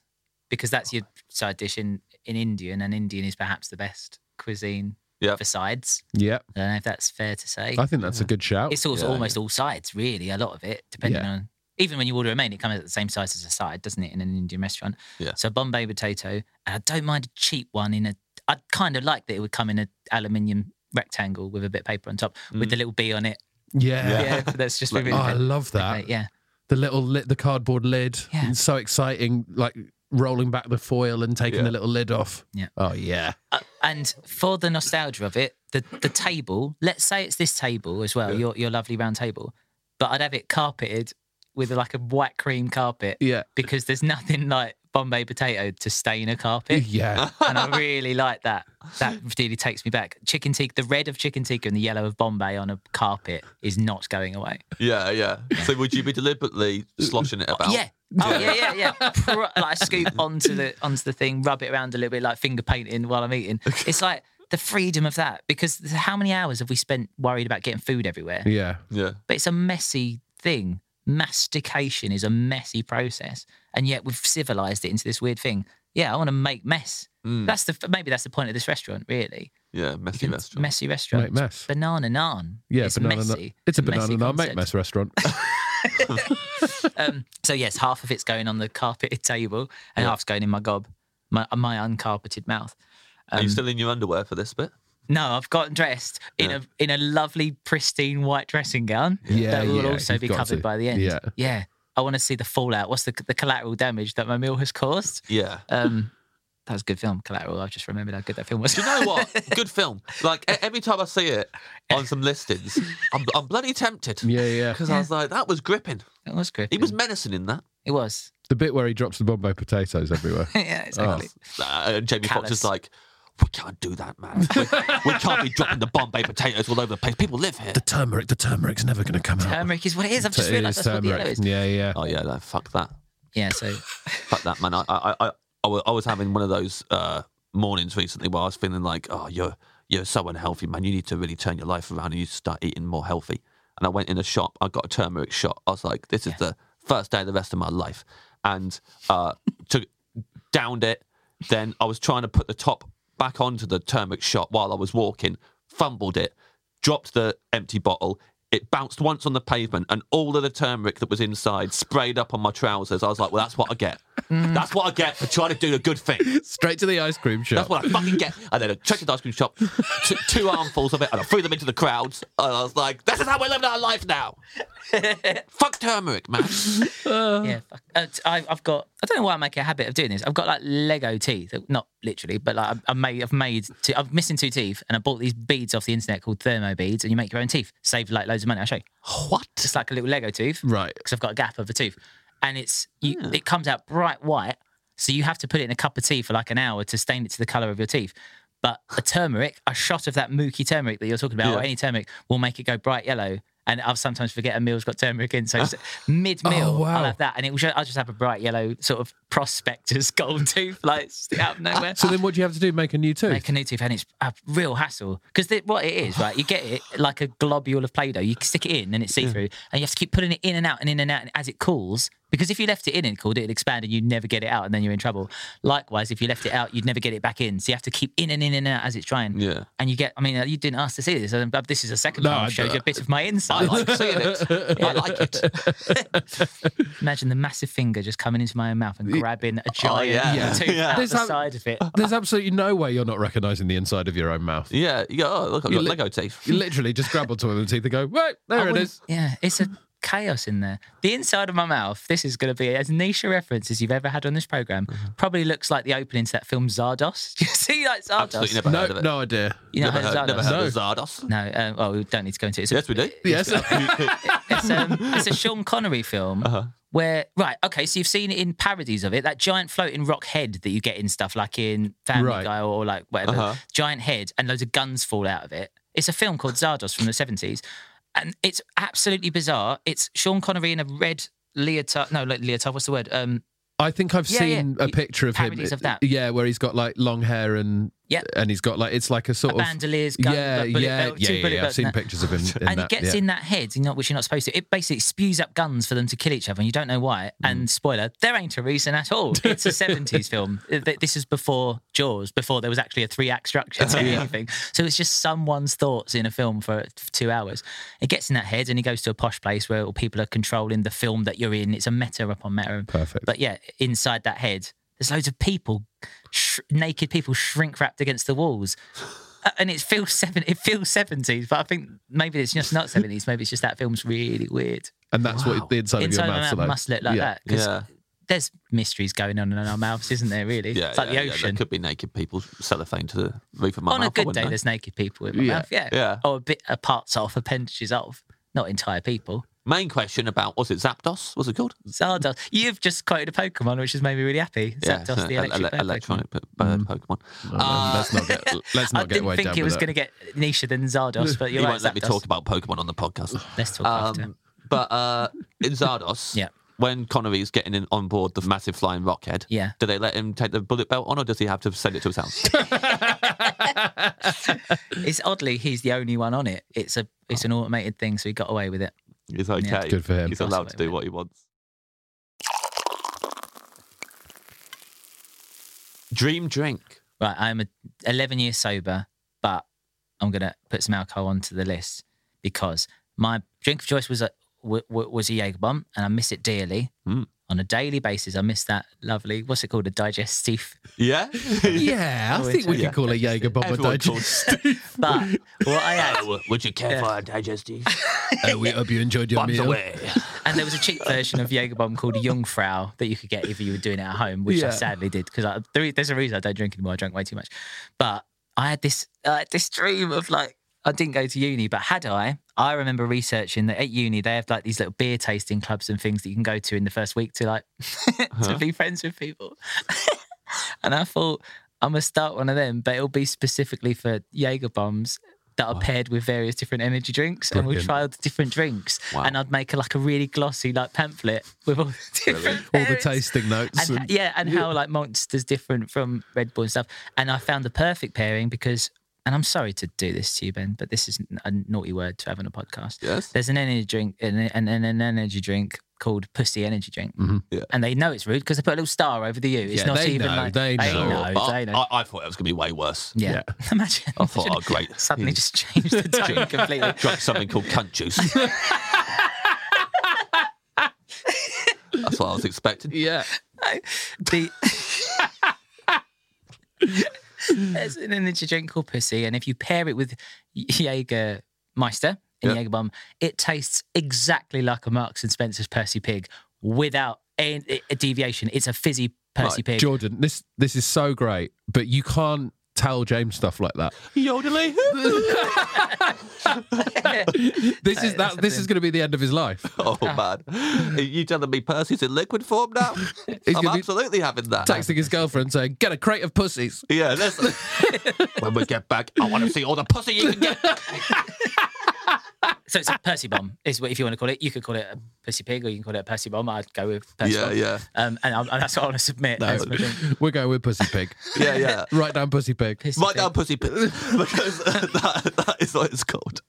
D: because that's your side dish in, in Indian, and Indian is perhaps the best cuisine
C: Yeah.
D: for sides.
B: Yeah,
D: I don't know if that's fair to say.
B: I think that's a good shout.
D: It's also
C: Yeah.
D: almost all sides, really, a lot of it, depending
B: Oh, Yeah.
D: on. Even when you order a main, it comes at the same size as a side, doesn't it, in an Indian restaurant?
C: Yeah.
D: So Bombay potato, and I don't mind a cheap one in a. I kind of like that it would come in an aluminium rectangle with a bit of paper on top with the little B on it.
B: Mm. yeah.
D: Yeah, that's just
C: Like-
D: really.
B: Oh, I
D: good.
B: love that.
D: Like, yeah.
B: the little lid, the cardboard lid.
D: Yeah.
B: It's so exciting, like rolling back the foil and taking
C: Yeah.
B: the little lid off.
D: Yeah.
B: Oh yeah.
D: Uh, and for the nostalgia of it, the the table. Let's say it's this table as well, your your lovely round table, but I'd have it carpeted with like a white cream carpet.
B: Yeah.
D: Because there's nothing like Bombay potato to stain a carpet.
B: Yeah.
D: and I really like that. That really takes me back. Chicken tikka, the red of chicken tikka and the yellow of Bombay on a carpet is not going away.
C: Yeah, yeah. So would you be deliberately sloshing it about?
D: Yeah. Oh yeah, yeah, yeah. Pro- like I scoop onto the onto the thing, rub it around a little bit, like finger painting while I'm eating. It's like the freedom of that because th- how many hours have we spent worried about getting food everywhere?
B: Yeah.
C: Yeah.
D: But it's a messy thing. Mastication is a messy process, and yet we've civilized it into this weird thing. Yeah, I want to make mess.
B: Hmm.
C: Mm.
D: That's the maybe that's the point of this restaurant, really.
C: Yeah.
D: You
C: Messy
D: can-
C: restaurant.
D: Messy restaurant.
B: Make mess.
D: Banana naan.
B: Yeah,
D: it's
B: banana.
D: Messy.
B: It's a banana
D: messy
B: naan make
D: concept.
B: mess restaurant.
D: Um, so yes, half of it's going on the carpeted table, and
C: Yeah.
D: half's going in my gob, my my uncarpeted mouth.
C: Are you
D: Um,
C: still in your underwear for this bit?
D: No, I've gotten dressed in
C: Yeah.
D: a in a lovely pristine white dressing gown
B: Yeah,
D: that will
B: yeah,
D: also
B: you've
D: be
B: got
D: covered
B: to.
D: by the end.
B: Yeah.
D: yeah. I want to see the fallout. What's the the collateral damage that my meal has caused?
C: Yeah.
D: Um, that was a good film, Collateral. I just remembered how good that film was.
C: Do you know what? Good film. Like e- every time I see it on some listings, I'm, I'm bloody tempted.
B: yeah, yeah.
C: Because I was like, that was gripping.
D: it was good.
C: He was menacing in that.
D: It was.
B: The bit where he drops the Bombay potatoes everywhere.
D: yeah, exactly.
C: Uh, and Jamie Foxx is
D: Callous.
C: like, we can't do that, man. We, we can't be dropping the Bombay potatoes all over the place. People live here.
B: turmeric, the turmeric's never going to come
D: Turmeric is what it is. I've just
B: Oh. It is
D: realised that's what the yellow
B: turmeric.
D: is.
B: Yeah, yeah.
C: Oh yeah, no, fuck that.
D: Yeah, so
C: Fuck that, man. I, I, I, I, wa- I was having one of those uh, mornings recently where I was feeling like, oh, you're you're so unhealthy, man. You need to really turn your life around and you need to start eating more healthy. And I went in a shop. I got a turmeric shot. I was like, this is the first day of the rest of my life, and uh, took downed it. Then I was trying to put the top back onto the turmeric shot while I was walking, fumbled it, dropped the empty bottle. It bounced once on the pavement, and all of the turmeric that was inside sprayed up on my trousers. I was like, "Well, that's what I get. That's what I get for trying to do a good thing.
B: Straight to the ice cream shop.
C: That's what I fucking get." And then I checked the ice cream shop, took two armfuls of it, and I threw them into the crowds. And I was like, "This is how we're living our life now. Fuck turmeric, man."
D: yeah, fuck. Uh, t- I, I've got. I don't know why I make a habit of doing this. I've got like Lego teeth, not literally, but like I, I made. I've made. Two, I'm missing two teeth, and I bought these beads off the internet called thermo beads, and you make your own teeth. Save like loads of money. I'll show you.
C: What?
D: It's like a little Lego tooth,
B: Right. Ah.
D: Because I've got a gap of a tooth, and it's you, it comes out bright white. So you have to put it in a cup of tea for like an hour to stain it to the color of your teeth. But a turmeric, a shot of that mookie turmeric that you're talking about, or
C: Yeah.
D: any turmeric, will make it go bright yellow. And I've sometimes forget a meal's got turmeric in. So s- mid-meal,
B: Oh, wow.
D: I'll have that, and it will. Just, I'll just have a bright yellow sort of prospector's gold tooth, like just out of nowhere.
B: So then what do you have to do? Make a new tooth?
D: Make a new tooth, and it's a real hassle because what it is, right? You get it like a globule of Play-Doh. You stick it in, and it's see-through, and you have to keep putting it in and out and in and out. And as it cools, because if you left it in and it cooled, it'd expand, and you'd never get it out, and then you're in trouble. Likewise, if you left it out, you'd never get it back in. So you have to keep in and in and out as it's drying.
C: Yeah.
D: And you get, I mean, you didn't ask to see this. and This is the second
B: No,
D: time
B: I-
D: I've showed you a bit of my
C: I
D: inside.
C: like seeing it. I like it.
D: Imagine the massive finger just coming into my own mouth and grabbing a giant
C: yeah. Yeah.
D: tooth
C: Yeah.
D: out
B: Oh, There's
D: the
B: how-
D: side of it.
B: There's absolutely no way you're not recognising the inside of your own mouth.
C: Yeah, you go, oh, look, I've
B: You
C: got
B: li-
C: Lego teeth.
B: You literally just grab onto one of the teeth and go, right, there it
D: wouldn't-
B: is.
D: Yeah, it's a chaos in there. The inside of my mouth, this is going to be as niche a reference as you've ever had on this program, probably looks like the opening to that film Zardos. Do you see like Zardos?
C: Absolutely never
B: No,
C: heard of it.
B: no idea.
D: You know,
C: never
D: how
C: heard,
D: Zardos?
C: never heard of Zardos.
D: No, uh, well, we don't need to go into it. It's a-
C: Yes, we do.
B: Yes.
D: It's, um, it's a Sean Connery film
C: Uh-huh.
D: where, right, okay, so you've seen it in parodies of it, that giant floating rock head that you get in stuff like in Family
B: Right.
D: Guy or, or like whatever,
C: Uh-huh.
D: giant head and loads of guns fall out of it. It's a film called Zardos from the 70s and it's absolutely bizarre. It's Sean Connery in a red leotard, no, like leotard, what's the word? Um,
B: I think I've
D: Yeah,
B: seen
D: yeah.
B: a picture of
D: Parodies
B: him.
D: of that.
B: Yeah, where he's got like long hair and
D: Yep.
B: and he's got like it's like a sort
D: a
B: of
D: bandolier's gun,
B: yeah,
D: bullet
B: yeah,
D: belt,
B: yeah,
D: two
B: yeah,
D: bullet
B: yeah. I've
D: belts
B: seen
D: and that.
B: pictures of him in
D: and
B: that.
D: it gets
B: yeah.
D: in that head, you know, which you're not supposed to. It basically spews up guns for them to kill each other, and you don't know why.
B: Mm.
D: And spoiler, there ain't a reason at all. It's a 70s film. Uh, th- This is before Jaws, before there was actually a three act structure to anything. So it's just someone's thoughts in a film for for two hours. It gets in that head, and he goes to a posh place where all people are controlling the film that you're in. It's a meta upon meta.
B: Perfect.
D: But yeah, inside that head, there's loads of people, sh- naked people, shrink wrapped against the walls. Uh, And it feels seven. It feels seventies, but I think maybe it's just not seventies. Maybe it's just that film's really weird.
B: and that's
C: Wow.
B: what the inside, of
D: Inside of
B: your
D: my
B: mouth
D: mouth must look like
B: yeah.
D: that because
C: Yeah.
D: there's mysteries going on in our mouths, isn't there? Really,
C: Yeah,
D: it's like
C: yeah,
D: the
C: yeah,
D: ocean.
C: there could be naked people cellophane to the roof of my
D: on
C: mouth.
D: a
C: I
D: good
C: wouldn't
D: day,
C: know.
D: there's naked people in my
B: Yeah.
D: mouth. Yeah,
C: Yeah.
D: or a bit of parts off, appendages off, not entire people.
C: Main question about was it Zapdos? Was it called?
D: Zardos, you've just quoted a Pokemon, which has made me really happy. Zapdos,
C: so
D: the
C: ele-
D: electric
C: ele-
D: bird Pokemon. Mm.
C: electronic b- bird Pokemon. Uh,
B: let's not get let's
D: I
B: not get
D: didn't
B: way
D: think
B: down
D: it
B: with
D: was
B: that.
D: going to get nicher than Zardos, but
C: you
D: you're
C: won't
D: right.
C: let me
D: Zapdos.
C: talk about Pokemon on the podcast.
D: Let's talk after.
C: Um, but uh, Um, in Zardos,
D: Yeah.
C: when Connery's getting in on board the massive flying rockhead,
D: Yeah.
C: do they let him take the bullet belt on, or does he have to send it to his house?
D: It's oddly he's the only one on it. It's a it's an automated thing, so he got away with it.
C: He's okay.
B: Good for him.
C: He's allowed to do what he wants. Dream drink.
D: Right, I'm a, 11 years sober, but I'm gonna put some alcohol onto the list because my drink of choice was a w- w- was a Jager bomb, and I miss it dearly.
C: Mm.
D: On a daily basis, I miss that lovely what's it called a digestive.
C: Yeah.
B: Yeah, I think we
C: Yeah.
B: could call a Jaeger Bomber
C: Everyone
B: Digest.
D: But what I had,
C: would you care
D: Yeah.
C: for a digestive?
B: oh, we hope you enjoyed your
C: Bombs
B: meal.
C: away.
D: and there was a cheap version of Jaeger bomb called Jungfrau that you could get if you were doing it at home, which
B: Yeah.
D: I sadly did because there's a reason I don't drink anymore. I drank way too much. But I had this uh, this dream of like I didn't go to uni, but had I, I remember researching that at uni they have like these little beer tasting clubs and things that you can go to in the first week to like to be friends with people. and I thought I'm gonna start one of them, but it'll be specifically for Jaeger bombs that are paired with various different energy drinks, and we'll
C: Brilliant.
D: try all the different drinks.
C: Wow.
D: And I'd make a, like a really glossy like pamphlet with all the different
B: All the
D: pairings.
B: tasting notes.
D: And,
B: and-
D: yeah, and how like Monster's different from Red Bull and stuff. And I found the perfect pairing because, and I'm sorry to do this to you, Ben, but this is a naughty word to have on a podcast.
C: Yes.
D: There's an energy drink, an, an, an, an energy drink called Pussy Energy Drink.
C: Yeah.
D: And they know it's rude because they put a little star over the U. It's
B: Mm-hmm. Yeah,
D: not
B: they
D: even
B: know,
D: like,
B: they know.
C: I,
D: they know.
C: Oh, I, I thought it was going to be way worse.
D: yeah. imagine.
C: I thought,
D: imagine
C: oh, great.
D: Suddenly
C: He's
D: just changed the tone completely.
C: Drunk something called cunt juice. That's what I was expecting.
B: yeah.
D: the there's an energy drink called pussy, and if you pair it with Jaeger Meister and
C: Yeah.
D: Jaeger Bomb, it tastes exactly like a Marks and Spencer's Percy Pig without a, a deviation. It's a fizzy Percy Pig.
B: Jordan, this this is so great, but you can't tell James stuff like that.
C: Yodelay.
B: This is that. This
D: that's something.
B: is going to be the end of his life.
C: Oh man, Are you telling me Percy's in liquid form now? I'm
B: gonna be
C: absolutely having that.
B: Texting his girlfriend saying, "Get a crate of pussies."
C: Yeah, that's when we get back, I want to see all the pussy you can get.
D: so it's a Percy Bomb, is what if you want to call it. You could call it a Percy Pig, or you can call it a Percy Bomb. I'd go with Percy
C: Yeah,
D: Bomb.
C: yeah.
D: Um, and, I'm, and that's what I want to submit.
B: No,
D: as my drink.
B: we're going with pussy pig.
C: Yeah, yeah.
B: Write down pussy pig.
D: Pussy
C: Write
D: Pig.
C: down pussy pig because that, that is what it's called.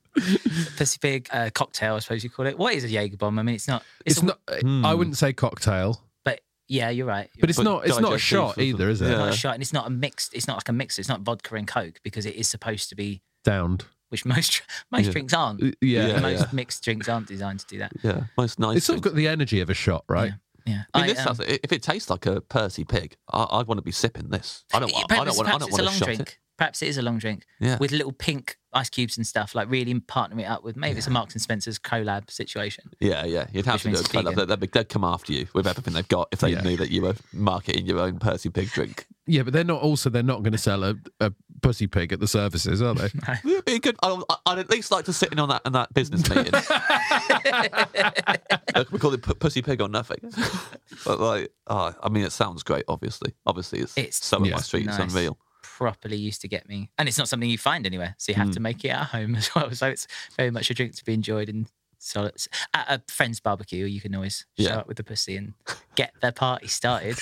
D: Pussy Pig uh, cocktail, I suppose you call it. What is a Jaeger bomb? I mean, it's not. It's,
B: It's
D: a-
B: not. I wouldn't say cocktail,
D: But yeah, you're right.
B: but it's
C: Hmm. But uh,
B: not. It's not a
C: digestive
B: shot
C: or
B: either, is it?
D: It's not
C: Yeah.
D: a shot, and it's not a mixed. It's not like a mix. It's not vodka and coke because it is supposed to be,
B: Downed.
D: which most most
C: Yeah.
D: drinks aren't.
B: Uh, Yeah.
C: Yeah.
D: most mixed drinks aren't designed to do that.
C: Yeah, most nice.
B: It's sort of
C: things.
B: got the energy of a shot, right?
D: Yeah,
C: I mean, this
D: um,
C: sounds, if it tastes like a Percy pig, I, I'd want to be sipping this. I don't
D: yeah,
C: want. I
D: perhaps-
C: don't want. I
D: perhaps
C: don't
D: it's a
C: want to
D: long
C: shot
D: drink.
C: it.
D: Perhaps it is a long drink
C: Yeah.
D: with little pink ice cubes and stuff. Like really partnering it up with maybe it's a Marks and Spencer's collab situation.
C: Yeah, yeah. You'd have
D: Which
C: to do
D: means
C: a
D: it's
C: collab.
D: vegan.
C: They'd, they'd, they'd come after you with everything they've got if they
B: Yeah.
C: knew that you were marketing your own Percy pig drink.
B: Yeah, but they're not. Also, they're not going to sell a, a pussy pig at the services, are they?
C: It'd be good. I- I- I'd at least like to sit in on that on that business meeting. Look, we call it p- pussy pig or nothing. but like, oh, I mean, it sounds great. Obviously, obviously, it's,
D: It's
C: so up
B: yeah,
C: my street.
D: nice.
C: It's unreal.
D: Properly used to get me, and it's not something you find anywhere, so you have to make it at home as well. So it's very much a drink to be enjoyed in solids at a friend's barbecue. You can always show
C: Yeah.
D: up with the pussy and get their party started.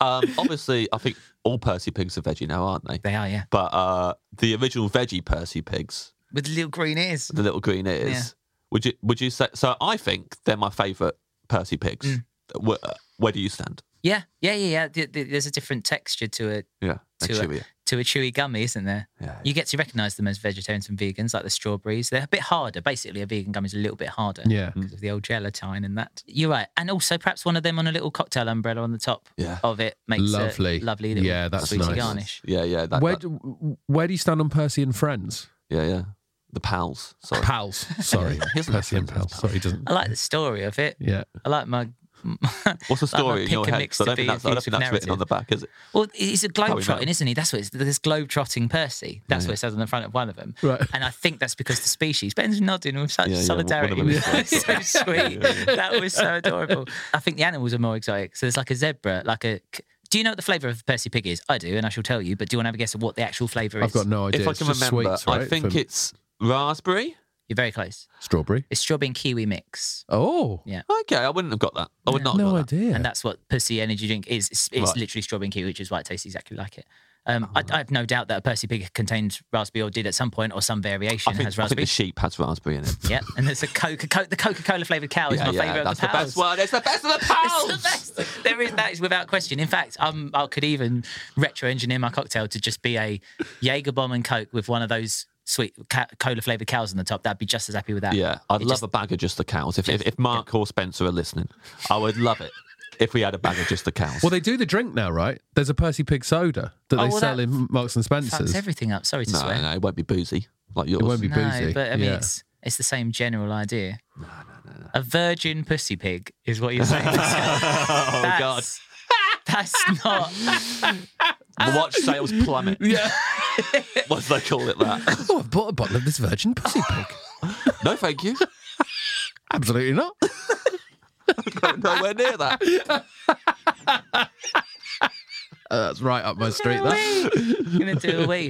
C: Um, obviously, I think all Percy pigs are veggie now, aren't they?
D: they are, yeah,
C: But uh, the original veggie Percy pigs,
D: with little green ears.
C: the little green ears.
D: Yeah.
C: Would you would you say? So I think they're my favourite Percy pigs.
D: Mm.
C: Where, where do you stand?
D: Yeah, yeah, yeah, yeah. Th- th- There's a different texture to it.
C: Yeah, they're
D: To a-
C: chewier.
D: to a chewy gummy, isn't there?
C: Yeah.
D: You get to recognise them as vegetarians and vegans, like the strawberries. They're a bit harder. Basically, a vegan gummy is a little bit harder.
B: Yeah.
D: Because of the old gelatine and that. You're right. And also, perhaps one of them on a little cocktail umbrella on the top
C: Yeah.
D: of it makes
B: Lovely.
D: a lovely little
B: Yeah, that's
D: sweetie
B: nice.
D: garnish.
C: Yeah, yeah. That,
B: where
C: that-
B: do, where do you stand on Percy and Friends?
C: yeah, yeah. The pals. Sorry.
B: Pals, sorry, Percy and pals. Sorry, he doesn't.
D: I like the story of it.
B: Yeah,
D: I like my.
C: What's the story in
D: like my
C: your
D: pick and
C: head?
D: mix
C: So I
D: to
C: don't
D: be
C: think that's, I don't
D: infused
C: think
D: with
C: that's written on
D: narrative.
C: the back, is it?
D: Well, he's a
C: Probably not.
D: globetrotting, isn't he? That's what it's this globetrotting Percy. That's what it says on the front of one of them.
B: Right.
D: And I think that's because the species. Ben's nodding with such
C: Yeah, yeah,
D: solidarity.
C: one of them is
D: That's so sweet. That was so adorable. I think the animals are more exotic. So there's like a zebra, like a. Do you know what the flavour of Percy pig is? I do, and I shall tell you. But do you want to have a guess at what the actual flavour is?
B: I've got no idea.
C: If I
B: It's
C: can
B: just
C: remember,
B: sweets, right?
C: I think
B: From-
C: it's raspberry.
D: You're very close.
B: Strawberry.
D: It's strawberry and kiwi mix,
B: Oh.
D: Yeah.
C: Okay, I wouldn't have got that. I would
D: Yeah.
C: not have
B: No
C: got that.
B: idea.
D: and that's what Pussy Energy Drink is. It's, it's
C: Right. Oh,
D: literally strawberry and kiwi, which is why it tastes exactly like it. Um, I, I have no doubt that a Percy Pig contains raspberry or did at some point, or some variation
C: I think,
D: has
C: I think
D: raspberry.
C: the sheep has raspberry in it.
D: yeah, and there's a Coca Cola. The Coca Cola flavored cow is Oh, my favorite
C: that's
D: of the, pals.
C: best one. It's the best of the
D: It's
C: pals.
D: the best. There is that is without question. In fact, um, I could even retro engineer my cocktail to just be a Jaeger bomb and Coke with one of those sweet ca- cola flavored cows on the top. That'd be just as happy with that.
C: Yeah, I'd
D: It
C: love
D: just-
C: a bag of just the cows. If, if, if Mark or Spencer are listening, I would love it if we had a bag of just the cows.
B: Well, they do the drink now, right? There's a Percy Pig soda that
D: Oh,
B: they
D: well,
B: sell
D: that
B: in Marks and Spencer's.
D: fucks everything up. Sorry to
C: no,
D: swear.
C: no, it won't be boozy like yours.
B: It won't be boozy.
D: No, but I mean,
B: yeah.
D: it's it's the same general idea. A virgin pussy pig is what you're saying. oh
C: God.
D: that's not.
C: Watch sales plummet. Yeah, what do they call it? That?
B: oh, I've bought a bottle of this virgin Pussy Pig.
C: No, thank you.
B: Absolutely not.
C: Nowhere near that.
B: Uh, that's right up my street. That.
D: gonna do a wee.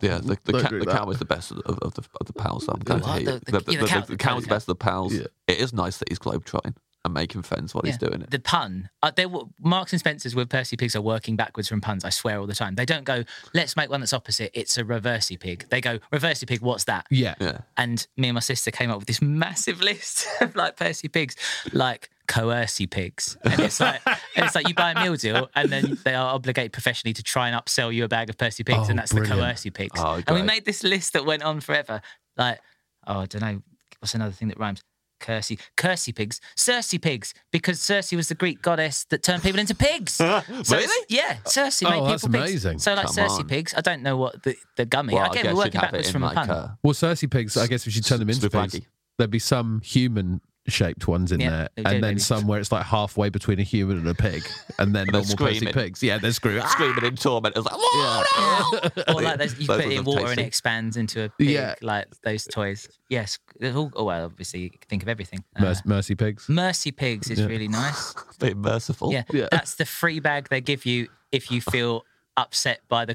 C: Yeah, the, the,
B: Don't
C: ca-
B: do
C: the
B: that.
C: cow is the best of, of, of the, of the pals. I'm glad to
D: What?
C: hear you.
D: The- the- yeah, the cow-
C: the cow's the best of the pals. It is nice that he's globetrotting and making friends while he's
D: Yeah.
C: doing it.
D: The pun. Uh, they were, Marks and Spencers with Percy Pigs are working backwards from puns. I swear all the time. They don't go. Let's make one that's opposite. It's a reversey pig. They go reversey pig. What's that?
B: Yeah.
C: Yeah.
D: And me and my sister came up with this massive list of like Percy pigs, like coercy pigs. And it's like and it's like you buy a meal deal and then they are obligated professionally to try and upsell you a bag of Percy pigs,
B: Oh,
D: and that's
B: brilliant.
D: the coercy pigs.
C: Oh,
D: and we
C: great.
D: made this list that went on forever. Like, oh, I don't know, what's another thing that rhymes? Cursey, cursey pigs, Circe pigs, because Circe was the Greek goddess that turned people into pigs. so it's-
C: Really?
D: Yeah, Circe
B: Oh,
D: made people
B: that's
D: pigs.
B: amazing.
D: So like
C: Come
D: Circe
C: on.
D: pigs, I don't know what the, the gummy.
C: Well,
D: Again, we're
C: guess you'd
D: working
C: have it
D: backwards
C: in
D: from a
C: like uh,
D: pun.
C: a-
B: Well, Cersei pigs, I guess we should turn them into
C: Snoopy
B: pigs.
C: Blackie.
B: There'd be some human shaped ones in
D: Yeah,
B: there,
D: they
B: and
D: do,
B: then
D: maybe.
B: some where it's like halfway between a human and a pig, and then
C: And they're
B: normal Percy
C: screaming.
B: pigs. Yeah, they're screaming.
C: Screaming in torment. It's like, "Whoa, no!"
D: or like those, you
C: Those
D: put
C: ones
D: it in
C: are
D: water and
C: tasty.
D: it expands into a big,
B: Yeah.
D: like those toys. Yes. they're all- oh, well, obviously, you can think of everything. Uh,
B: Mercy, mercy pigs.
D: Mercy Pigs is really nice.
C: Being merciful.
D: Yeah,
B: Yeah.
D: That's the free bag they give you if you feel upset by the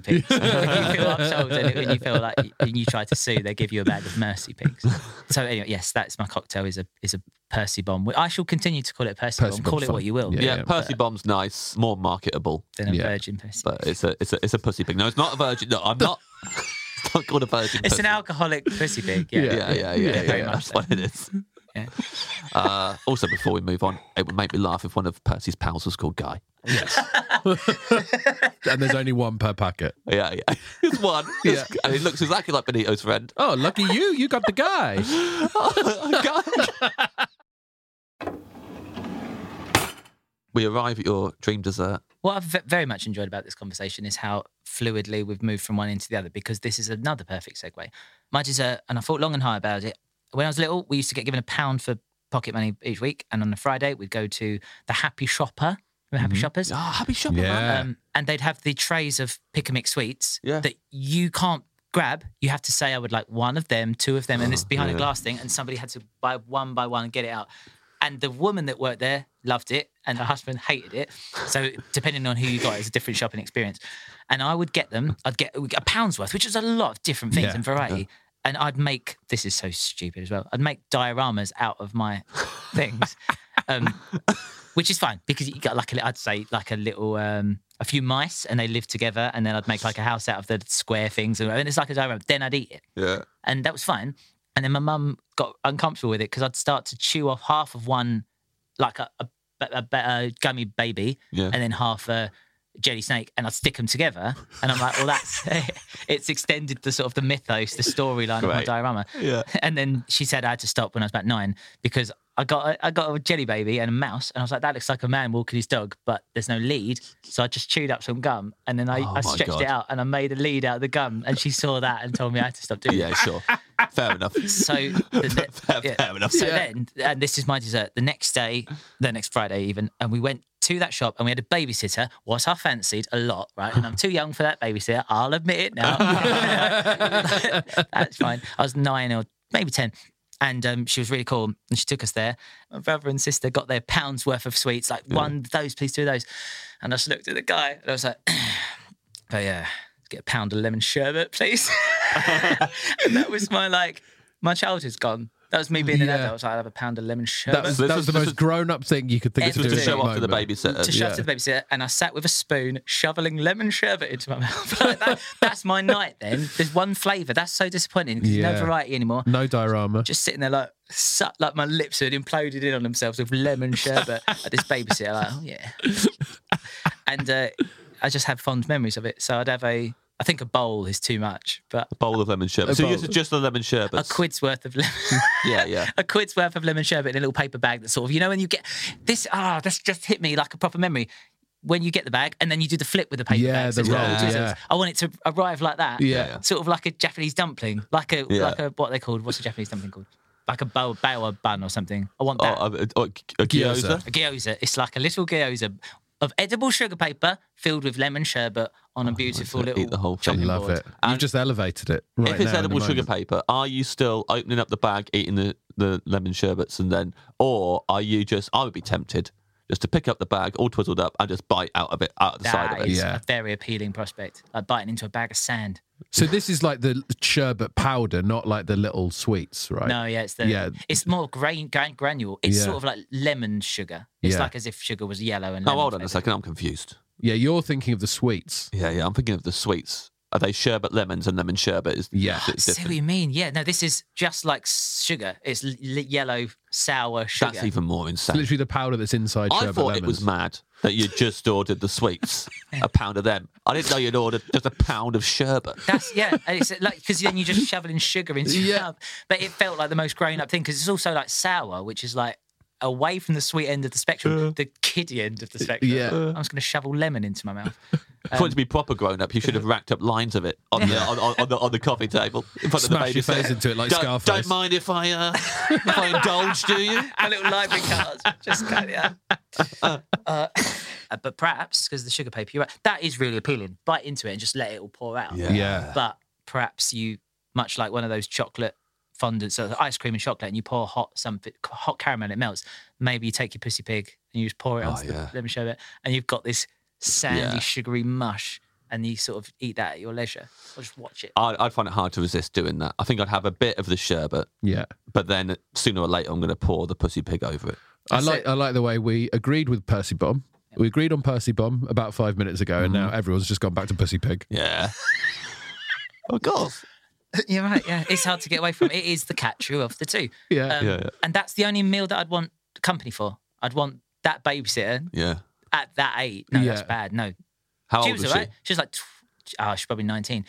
D: pigs. if you feel upset and and you feel like and you try to sue, they give you a bag of mercy pigs. So, anyway, yes, that's my cocktail is a is a Percy bomb. I shall continue to call it Percy,
B: Percy
D: bomb.
B: bomb's
D: Call it what
B: fine.
D: you will.
B: Yeah,
C: Yeah,
B: yeah.
C: Percy Bomb's nice, more marketable,
D: Than a
B: Yeah.
D: virgin Percy.
C: but it's a it's a it's a pussy pig. No, it's not a virgin. No, I'm not. it's not called a virgin.
D: it's
C: pussy.
D: an alcoholic pussy pig. Yeah.
B: Yeah.
C: Yeah, yeah, yeah, yeah.
D: very
C: yeah, That's
D: much so.
C: what it is.
D: Yeah.
C: Uh, also, before we move on, it would make me laugh if one of Percy's pals was called Guy.
B: and there's only one per packet.
C: Yeah, yeah. It's one. It's- and he looks exactly like Benito's friend.
B: Oh, lucky you! You got the guy.
C: Oh, Guy. we arrive at your dream dessert.
D: What I've ve- very much enjoyed about this conversation is how fluidly we've moved from one into the other because this is another perfect segue. My dessert, and I thought long and hard about it. When I was little, we used to get given a pound for pocket money each week. And on a Friday, we'd go to the Happy Shopper. Remember Happy Shoppers?
C: Oh, happy shopping, man.
B: Yeah.
D: Um, and they'd have the trays of pick and mix sweets
C: Yeah.
D: that you can't grab. You have to say, I would like one of them, two of them, and it's
B: Oh,
D: behind a glass thing. And somebody had to buy one by one and get it out. And the woman that worked there loved it, and her husband hated it. So depending on who you got, it's a different shopping experience. And I would get them. I'd get a pound's worth, which was a lot of different things
B: Yeah.
D: and variety. And I'd make this is so stupid as well. I'd make dioramas out of my things. Um, which is fine because you got like a, li- I'd say like a little um a few mice and they live together and then I'd make like a house out of the square things and and it's like a diorama. Then I'd eat it
C: Yeah.
D: and that was fine. And then my mum got uncomfortable with it because I'd start to chew off half of one, like a, a, a, a gummy baby,
C: Yeah.
D: and then half a jelly snake, and I'd stick them together. And I'm like, well, that's it's extended the sort of the mythos, the storyline of my
C: Great.
D: diorama.
C: Yeah.
D: And then she said I had to stop when I was about nine because I got a, I got a jelly baby and a mouse, and I was like, that looks like a man walking his dog, but there's no lead, so I just chewed up some gum, and then I,
C: Oh
D: I
C: my
D: stretched
C: God.
D: it out and I made a lead out of the gum, and she saw that and told me I had to stop doing it.
C: Yeah, sure. Fair enough.
D: So the,
C: fair,
D: yeah.
C: fair enough.
D: so then, and this is my dessert. The next day, the next Friday even, and we went to that shop and we had a babysitter. What I fancied a lot, right? And I'm too young for that babysitter. I'll admit it now. That's fine. I was nine or maybe ten. And um, she was really cool, and she took us there. My brother and sister got their pounds worth of sweets, like one of those, please, two of those. And I just looked at the guy, and I was like, "Oh yeah, get a pound of lemon sherbet, please." and that was my like my childhood's gone. That was me being an
B: Yeah.
D: adult. I was like, I'll have a pound of lemon
B: That
D: sherbet.
B: was,
C: This
B: that
C: was-
B: was the
C: this
B: most
C: was-
B: grown up thing you could think
C: This
B: of
C: was to
B: doing. at
C: show
B: that
C: off to the
B: moment.
C: babysitter.
D: to show
B: Yeah.
D: to the babysitter, and I sat with a spoon shoveling lemon sherbet into my mouth. Like, that- that's my night. Then there's one flavour. That's so disappointing because
B: Yeah.
D: there's no variety anymore.
B: No diorama.
D: Just sitting there like su- like my lips had imploded in on themselves with lemon sherbet at this babysitter. Like, oh yeah, and uh, I just had fond memories of it. So I'd have a, I think a bowl is too much, but
C: A bowl of lemon sherbet.
B: A
C: So
B: bowl.
C: you suggest the lemon sherbet.
D: a quid's worth of lemon.
C: Yeah, yeah.
D: a quid's worth of lemon sherbet in a little paper bag. That's sort of you know when you get this. Ah, that's just hit me like a proper memory. When you get the bag and then you do the flip with the paper
B: Yeah,
D: bag.
B: the
D: it's got all
C: roll,
D: two
B: yeah.
D: sides. I want it to arrive like that.
B: Yeah. Yeah.
D: Sort of like a Japanese dumpling, like a
C: Yeah.
D: like a what they called. What's a Japanese dumpling called? Like a bao bao bun or something. I want
C: Oh,
D: that.
C: a, a, a gyoza.
D: a gyoza. It's like a little gyoza of edible sugar paper filled with lemon sherbet
C: Oh,
D: on a beautiful
C: to
D: little.
C: eat the whole
B: I
C: thing.
D: chopping
B: love
D: board.
B: it. You've just elevated it right
C: if it's
B: now in the
C: edible sugar
B: moment.
C: paper, are you still opening up the bag, eating the, the lemon sherbets, and then, or are you just? I would be tempted just to pick up the bag, all twizzled up, and just bite out of it, out of the side of
D: That
C: it.
D: is
B: Yeah.
D: a very appealing prospect. Like biting into a bag of sand.
B: So this is like the sherbet powder, not like the little sweets, right?
D: No, yeah, it's the
B: Yeah.
D: it's more grain, gran granule. It's
B: Yeah.
D: sort of like lemon sugar. It's
B: Yeah.
D: like as if sugar was yellow and
C: Oh,
D: lemon
C: hold on a
D: flavoured.
C: second, I'm confused.
B: Yeah, you're thinking of the sweets.
C: Yeah, yeah, I'm thinking of the sweets. Are they sherbet lemons and lemon sherbet? Is
B: Yeah.
C: is- is
D: See what
C: different?
D: you mean? Yeah, no, this is just like s- sugar. It's l- l- yellow, sour sugar.
C: That's even more
B: It's
C: insane.
B: literally the powder that's inside
C: I
B: sherbet
C: thought
B: lemons.
C: it was mad that you just ordered the sweets, a pound of them. I didn't know you'd ordered just a pound of sherbet.
D: That's yeah, and it's like because then you're just shoveling sugar into your
B: Yeah.
D: mouth. But it felt like the most grown up thing because it's also like sour, which is like away from the sweet end of the spectrum, the kiddie end of the spectrum.
B: Uh. yeah.
D: I'm just gonna shovel lemon into my mouth.
C: If you
B: Um,
C: wanted to be proper grown up, you should have racked up lines of it on the on, on, on the on the coffee table in front of the
B: Smash
C: baby.
B: your face into it like
C: don't,
B: Scarface.
C: Don't mind if I uh, if I indulge, do you?
D: a little library card. Just kind of, uh, uh, but perhaps because the sugar paper, you're right, that is really appealing. Bite into it and just let it all pour out.
C: Yeah.
B: Yeah.
D: But perhaps you, much like one of those chocolate fondants, so the ice cream and chocolate, and you pour hot something, hot caramel, and it melts. Maybe you take your pussy pig and you just pour it
C: Oh,
D: onto
C: yeah.
D: the lemon sherbet, and you've got this sandy,
C: Yeah.
D: sugary mush, and you sort of eat that at your leisure, or just watch it.
C: I'd, I'd find it hard to resist doing that. I think I'd have a bit of the sherbet,
B: Yeah.
C: but then sooner or later I'm going to pour the pussy pig over it.
B: I like I like the way we agreed with Percy Bomb. We agreed on Percy Bomb about five minutes ago, and now everyone's just gone back to Pussy Pig.
C: Yeah. of course.
D: You're right. Yeah, it's hard to get away from. It is the catcher of the two.
B: Yeah.
D: Um,
C: Yeah, yeah.
D: And that's the only meal that I'd want company for. I'd want that babysitter
C: Yeah.
D: at that age. No, that's
B: Yeah.
D: bad. No.
C: How
D: she
C: old
D: was
C: was
D: all right. She was like, tw- oh, she's probably 19.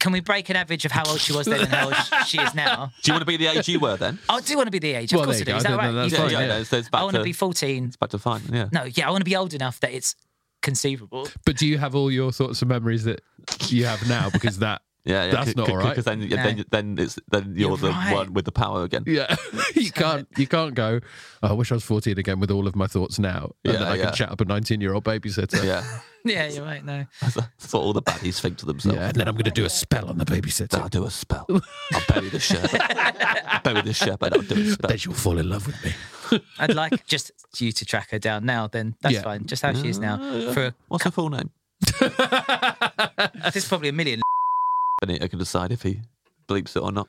D: Can we break an average of how old she was then and how old sh- she is now?
C: she? Do you want to be the age you were then?
D: I do want to be the age. Of
B: Well,
D: course
B: there
D: I do.
B: you
D: Is
B: go.
D: that
B: No,
D: right?
B: no, that's
D: You-
B: fine,
D: yeah.
B: yeah.
C: There's, there's back
D: I want to
C: to
D: be 14.
C: It's back to fine. Yeah.
D: No, yeah, I want to be old enough that it's conceivable.
B: But do you have all your thoughts and memories that you have now? Because that.
C: Yeah, yeah.
B: That's not all right.
C: Because then, yeah, then, then it's then you're,
D: You're
C: the
D: right.
C: one with the power again.
B: Yeah, you can't you can't go. "Oh, I wish I was fourteen again with all of my thoughts now, and
C: Yeah,
B: then I
C: yeah.
B: can chat up a nineteen-year-old babysitter.
C: Yeah.
D: Yeah, you're right. No.
C: That's what all the baddies think to themselves.
B: yeah, and then I'm going to do a spell on the babysitter.
C: I'll do a spell. I'll bury the shepherd. bury the shepherd. I'll do a spell.
B: Then she'll fall in love with me.
D: I'd like just you to track her down now, then that's
B: Yeah.
D: fine. Just how she is now. For a,
C: What's her full name?
D: there's probably a million.
C: Benito can decide if he bleeps it or not.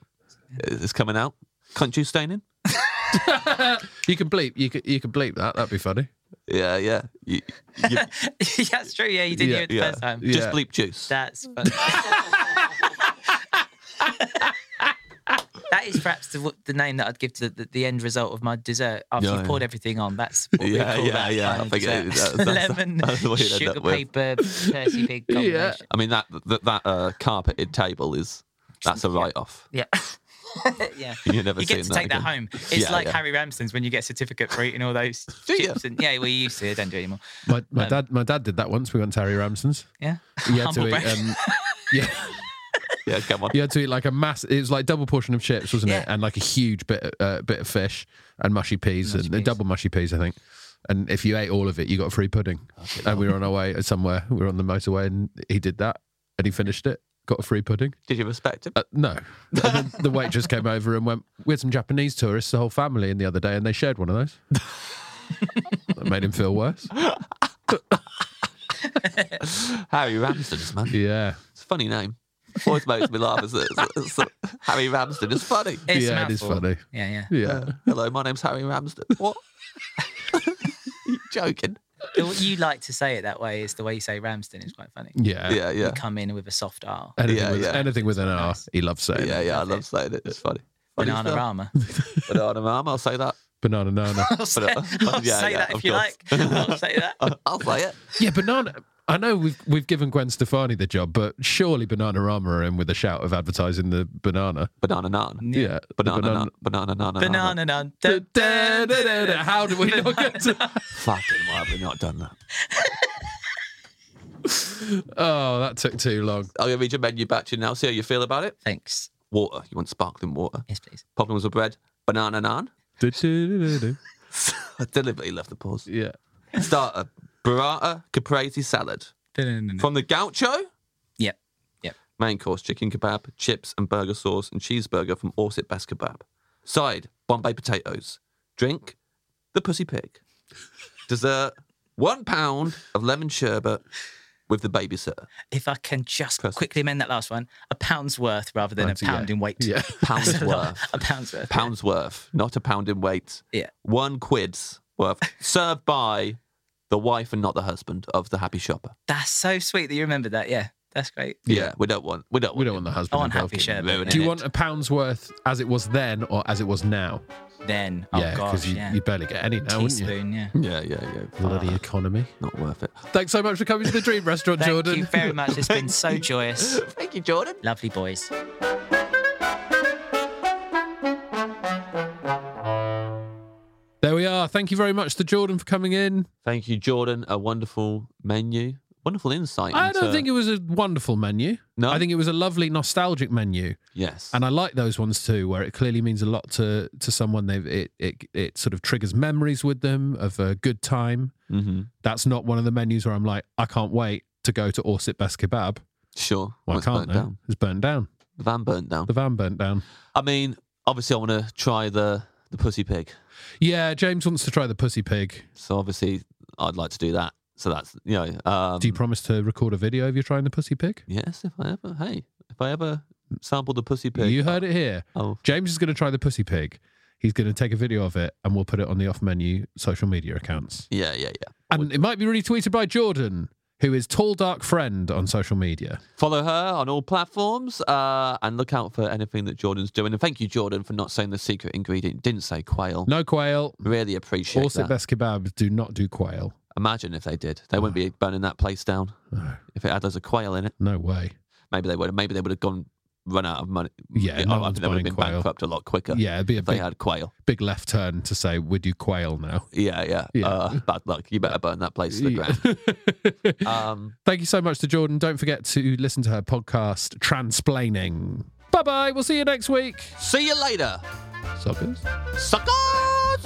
C: It's coming out. Country staining?
B: You can bleep. You can you can bleep that. That'd be funny.
C: Yeah, yeah. You, you-
D: yeah, that's true. Yeah, you didn't
B: Yeah,
D: hear it the
C: yeah.
D: first time.
C: Just
B: Yeah.
C: bleep juice.
D: That's funny. that is perhaps the, the name that I'd give to the, the end result of my dessert after
C: Yeah,
D: you've
C: yeah.
D: poured everything on. That's what we
C: Yeah,
D: call
C: yeah,
D: that
C: yeah, I
D: final
C: think it is.
D: dessert.
C: That's- that's-
D: Lemon,
C: that's what you'd end
D: sugar
C: up with.
D: paper, Percy pig
B: Yeah.
D: combination.
C: I mean, that that, that uh, carpeted table is, that's a write off.
D: Yeah. yeah.
C: You've never
D: You get
C: seen
D: to
C: that
D: take
C: again.
D: that, home. It's
C: Yeah,
D: like
C: yeah.
D: Harry Ramsden's when you get a certificate for eating all those
C: Do ya?
D: chips. And, yeah, well, you used to. Don't do it anymore.
B: My my dad my dad did that once. We went to Harry Ramsden's.
D: Yeah.
B: He had
D: Humble
B: to eat.
D: brag.
B: Um, yeah,
C: Yeah, come on.
B: you had to eat like a mass. It was like double portion of chips, wasn't it?
D: Yeah.
B: And like a huge bit uh, bit of fish and mushy peas and uh, double mushy peas, I think. And if you ate all of it, you got free pudding. and we were on our way somewhere. We were on the motorway, and he did that, and he finished it. Got a free pudding.
C: Did you respect him?
B: Uh, no. And then the waitress came over and went, We had some Japanese tourists, the whole family, in the other day, and they shared one of those. that made him feel worse.
C: Harry Ramsden's man.
B: Yeah.
C: It's a funny name. Always makes me laugh. It's, it's, it's, Harry Ramsden is funny.
D: It's a
B: Yeah, it is
D: mouthful.
B: funny.
D: Yeah, yeah.
B: Yeah.
C: Uh, Hello, my name's Harry Ramsden. What? you joking?
D: The- You like to say it that way. Is the way you say Ramsden is quite funny.
B: Yeah.
C: Yeah, yeah.
D: You come in with a soft R.
B: Anything,
C: Yeah,
B: with,
C: yeah.
B: anything with an R, he loves saying.
C: Yeah, yeah. I love saying it. It's funny. Funny
D: Banana
C: stuff.
D: Rama.
C: Banana Rama. I'll say that.
B: Banana nana.
D: I'll say, I'll
C: yeah,
D: say
C: yeah,
D: that
C: of
D: if you
C: course.
D: like. I'll say that.
C: I'll- I'll say it.
B: yeah, banana. I know we've we've given Gwen Stefani the job, but surely Banana Rama are in with a shout of advertising the banana.
C: Banana nan.
B: Yeah. the
C: Banana nan. Banana nan.
D: Banana nun.
B: Da,
D: dun,
B: da,
D: dun,
B: da,
D: dun,
B: da, da.
D: dun.
B: How do we not get to?
C: Fucking why have we not done that?
B: Oh, that took too long.
C: I'm going to read your menu batch in now. See how you feel about it.
D: Thanks.
C: Water. You want sparkling water.
D: Yes, please.
C: Problems with bread. Banana nan.
B: Du- du- du- du- du.
C: I deliberately left the pause.
B: Yeah.
C: Starter. Burrata caprese salad.
D: Dun-dun-dun-dun.
C: From the gaucho.
D: Yep. Yep.
C: Main course, chicken kebab, chips and burger sauce and cheeseburger from Orsit Best Kebab. Side, Bombay potatoes. Drink, the pussy pig. Dessert, one pound of lemon sherbet with the babysitter.
D: If I can just
C: Press.
D: quickly amend that last one, a pound's worth rather than
B: Right,
D: a
B: yeah.
D: pound in weight.
B: Yeah.
C: Pounds worth.
D: a pound's worth.
C: Pounds worth, not a pound in weight.
D: Yeah.
C: One quid's worth. Served by the wife and not the husband of the happy shopper.
D: That's so sweet that you remembered that. Yeah, that's great. Oh,
C: Yeah, we don't want we don't
B: We
C: want,
B: don't want the husband.
D: I want
B: involved
D: happy
B: getting-
D: sherbet,
C: ruining
B: Do
C: it.
B: you want a pound's worth as it was then or as it was now?
D: Then, oh
B: yeah,
D: gosh,
B: you,
D: yeah.
B: you barely get any now, wouldn't you?
D: Teaspoon, yeah.
C: Yeah, yeah, yeah.
B: Bloody
C: Fuck,
B: economy.
C: not worth it.
B: Thanks so much for coming to the Dream Restaurant,
D: Thank
B: Jordan.
D: you very much. It's been so joyous.
C: Thank you, Jordan.
D: Lovely boys.
B: There we are. Thank you very much to Jordan for coming in.
C: Thank you, Jordan. A wonderful menu, wonderful insight.
B: I don't
D: uh,
C: into-
B: think it was a wonderful menu.
C: No?
B: I think it was a lovely nostalgic menu,
C: Yes,
B: and I like those ones too, where it clearly means a lot to to someone. They've it it, it sort of triggers memories with them of a good time.
C: mm-hmm.
B: That's not one of the menus where I'm like, I can't wait to go to Orsit Best Kebab.
C: sure.
B: Well, I
C: it's
B: can't.
C: burnt
B: now.
C: down.
B: It's burnt down.
C: The van burnt down.
B: The van burnt down.
C: I mean, obviously, I want to try the the pussy pig.
B: Yeah, James wants to try the pussy pig.
C: So obviously, I'd like to do that. So that's you know. Um,
B: Do you promise to record a video of you trying the pussy pig?
C: yes, if I ever, hey, if I ever sample the pussy pig, Oh,
B: You heard it here.
C: I'll,
B: James is going to try the pussy pig. He's going to take a video of it and we'll put it on the off menu social media accounts.
C: yeah, yeah, yeah.
B: And it might be retweeted by Jordan, who is Tall Dark Friend on social media.
C: Follow her on all platforms uh, and look out for anything that Jordan's doing. And thank you, Jordan, for not saying the secret ingredient. Didn't say quail.
B: No quail.
C: Really appreciate
B: Also,
C: that.
B: best kebabs do not do quail.
C: Imagine if they did. They wouldn't be burning that place down.
B: No.
C: If it had loads of quail in it,
B: No way.
C: maybe they would. Maybe they would have gone run out of money.
B: Yeah, no
C: I- I,
B: one's
C: think they would
B: buying
C: have been
B: quail.
C: bankrupt a lot quicker.
B: Yeah, it'd be a
C: if they
B: big,
C: had quail.
B: big left turn to say, we do quail now.
C: Yeah, yeah.
B: Yeah.
C: Uh, bad luck. You better burn that place to the ground. Um,
B: Thank you so much to Jordan. Don't forget to listen to her podcast, Transplaining. Bye bye. We'll see you next week.
C: see you later,
B: Suckers.
C: suckers.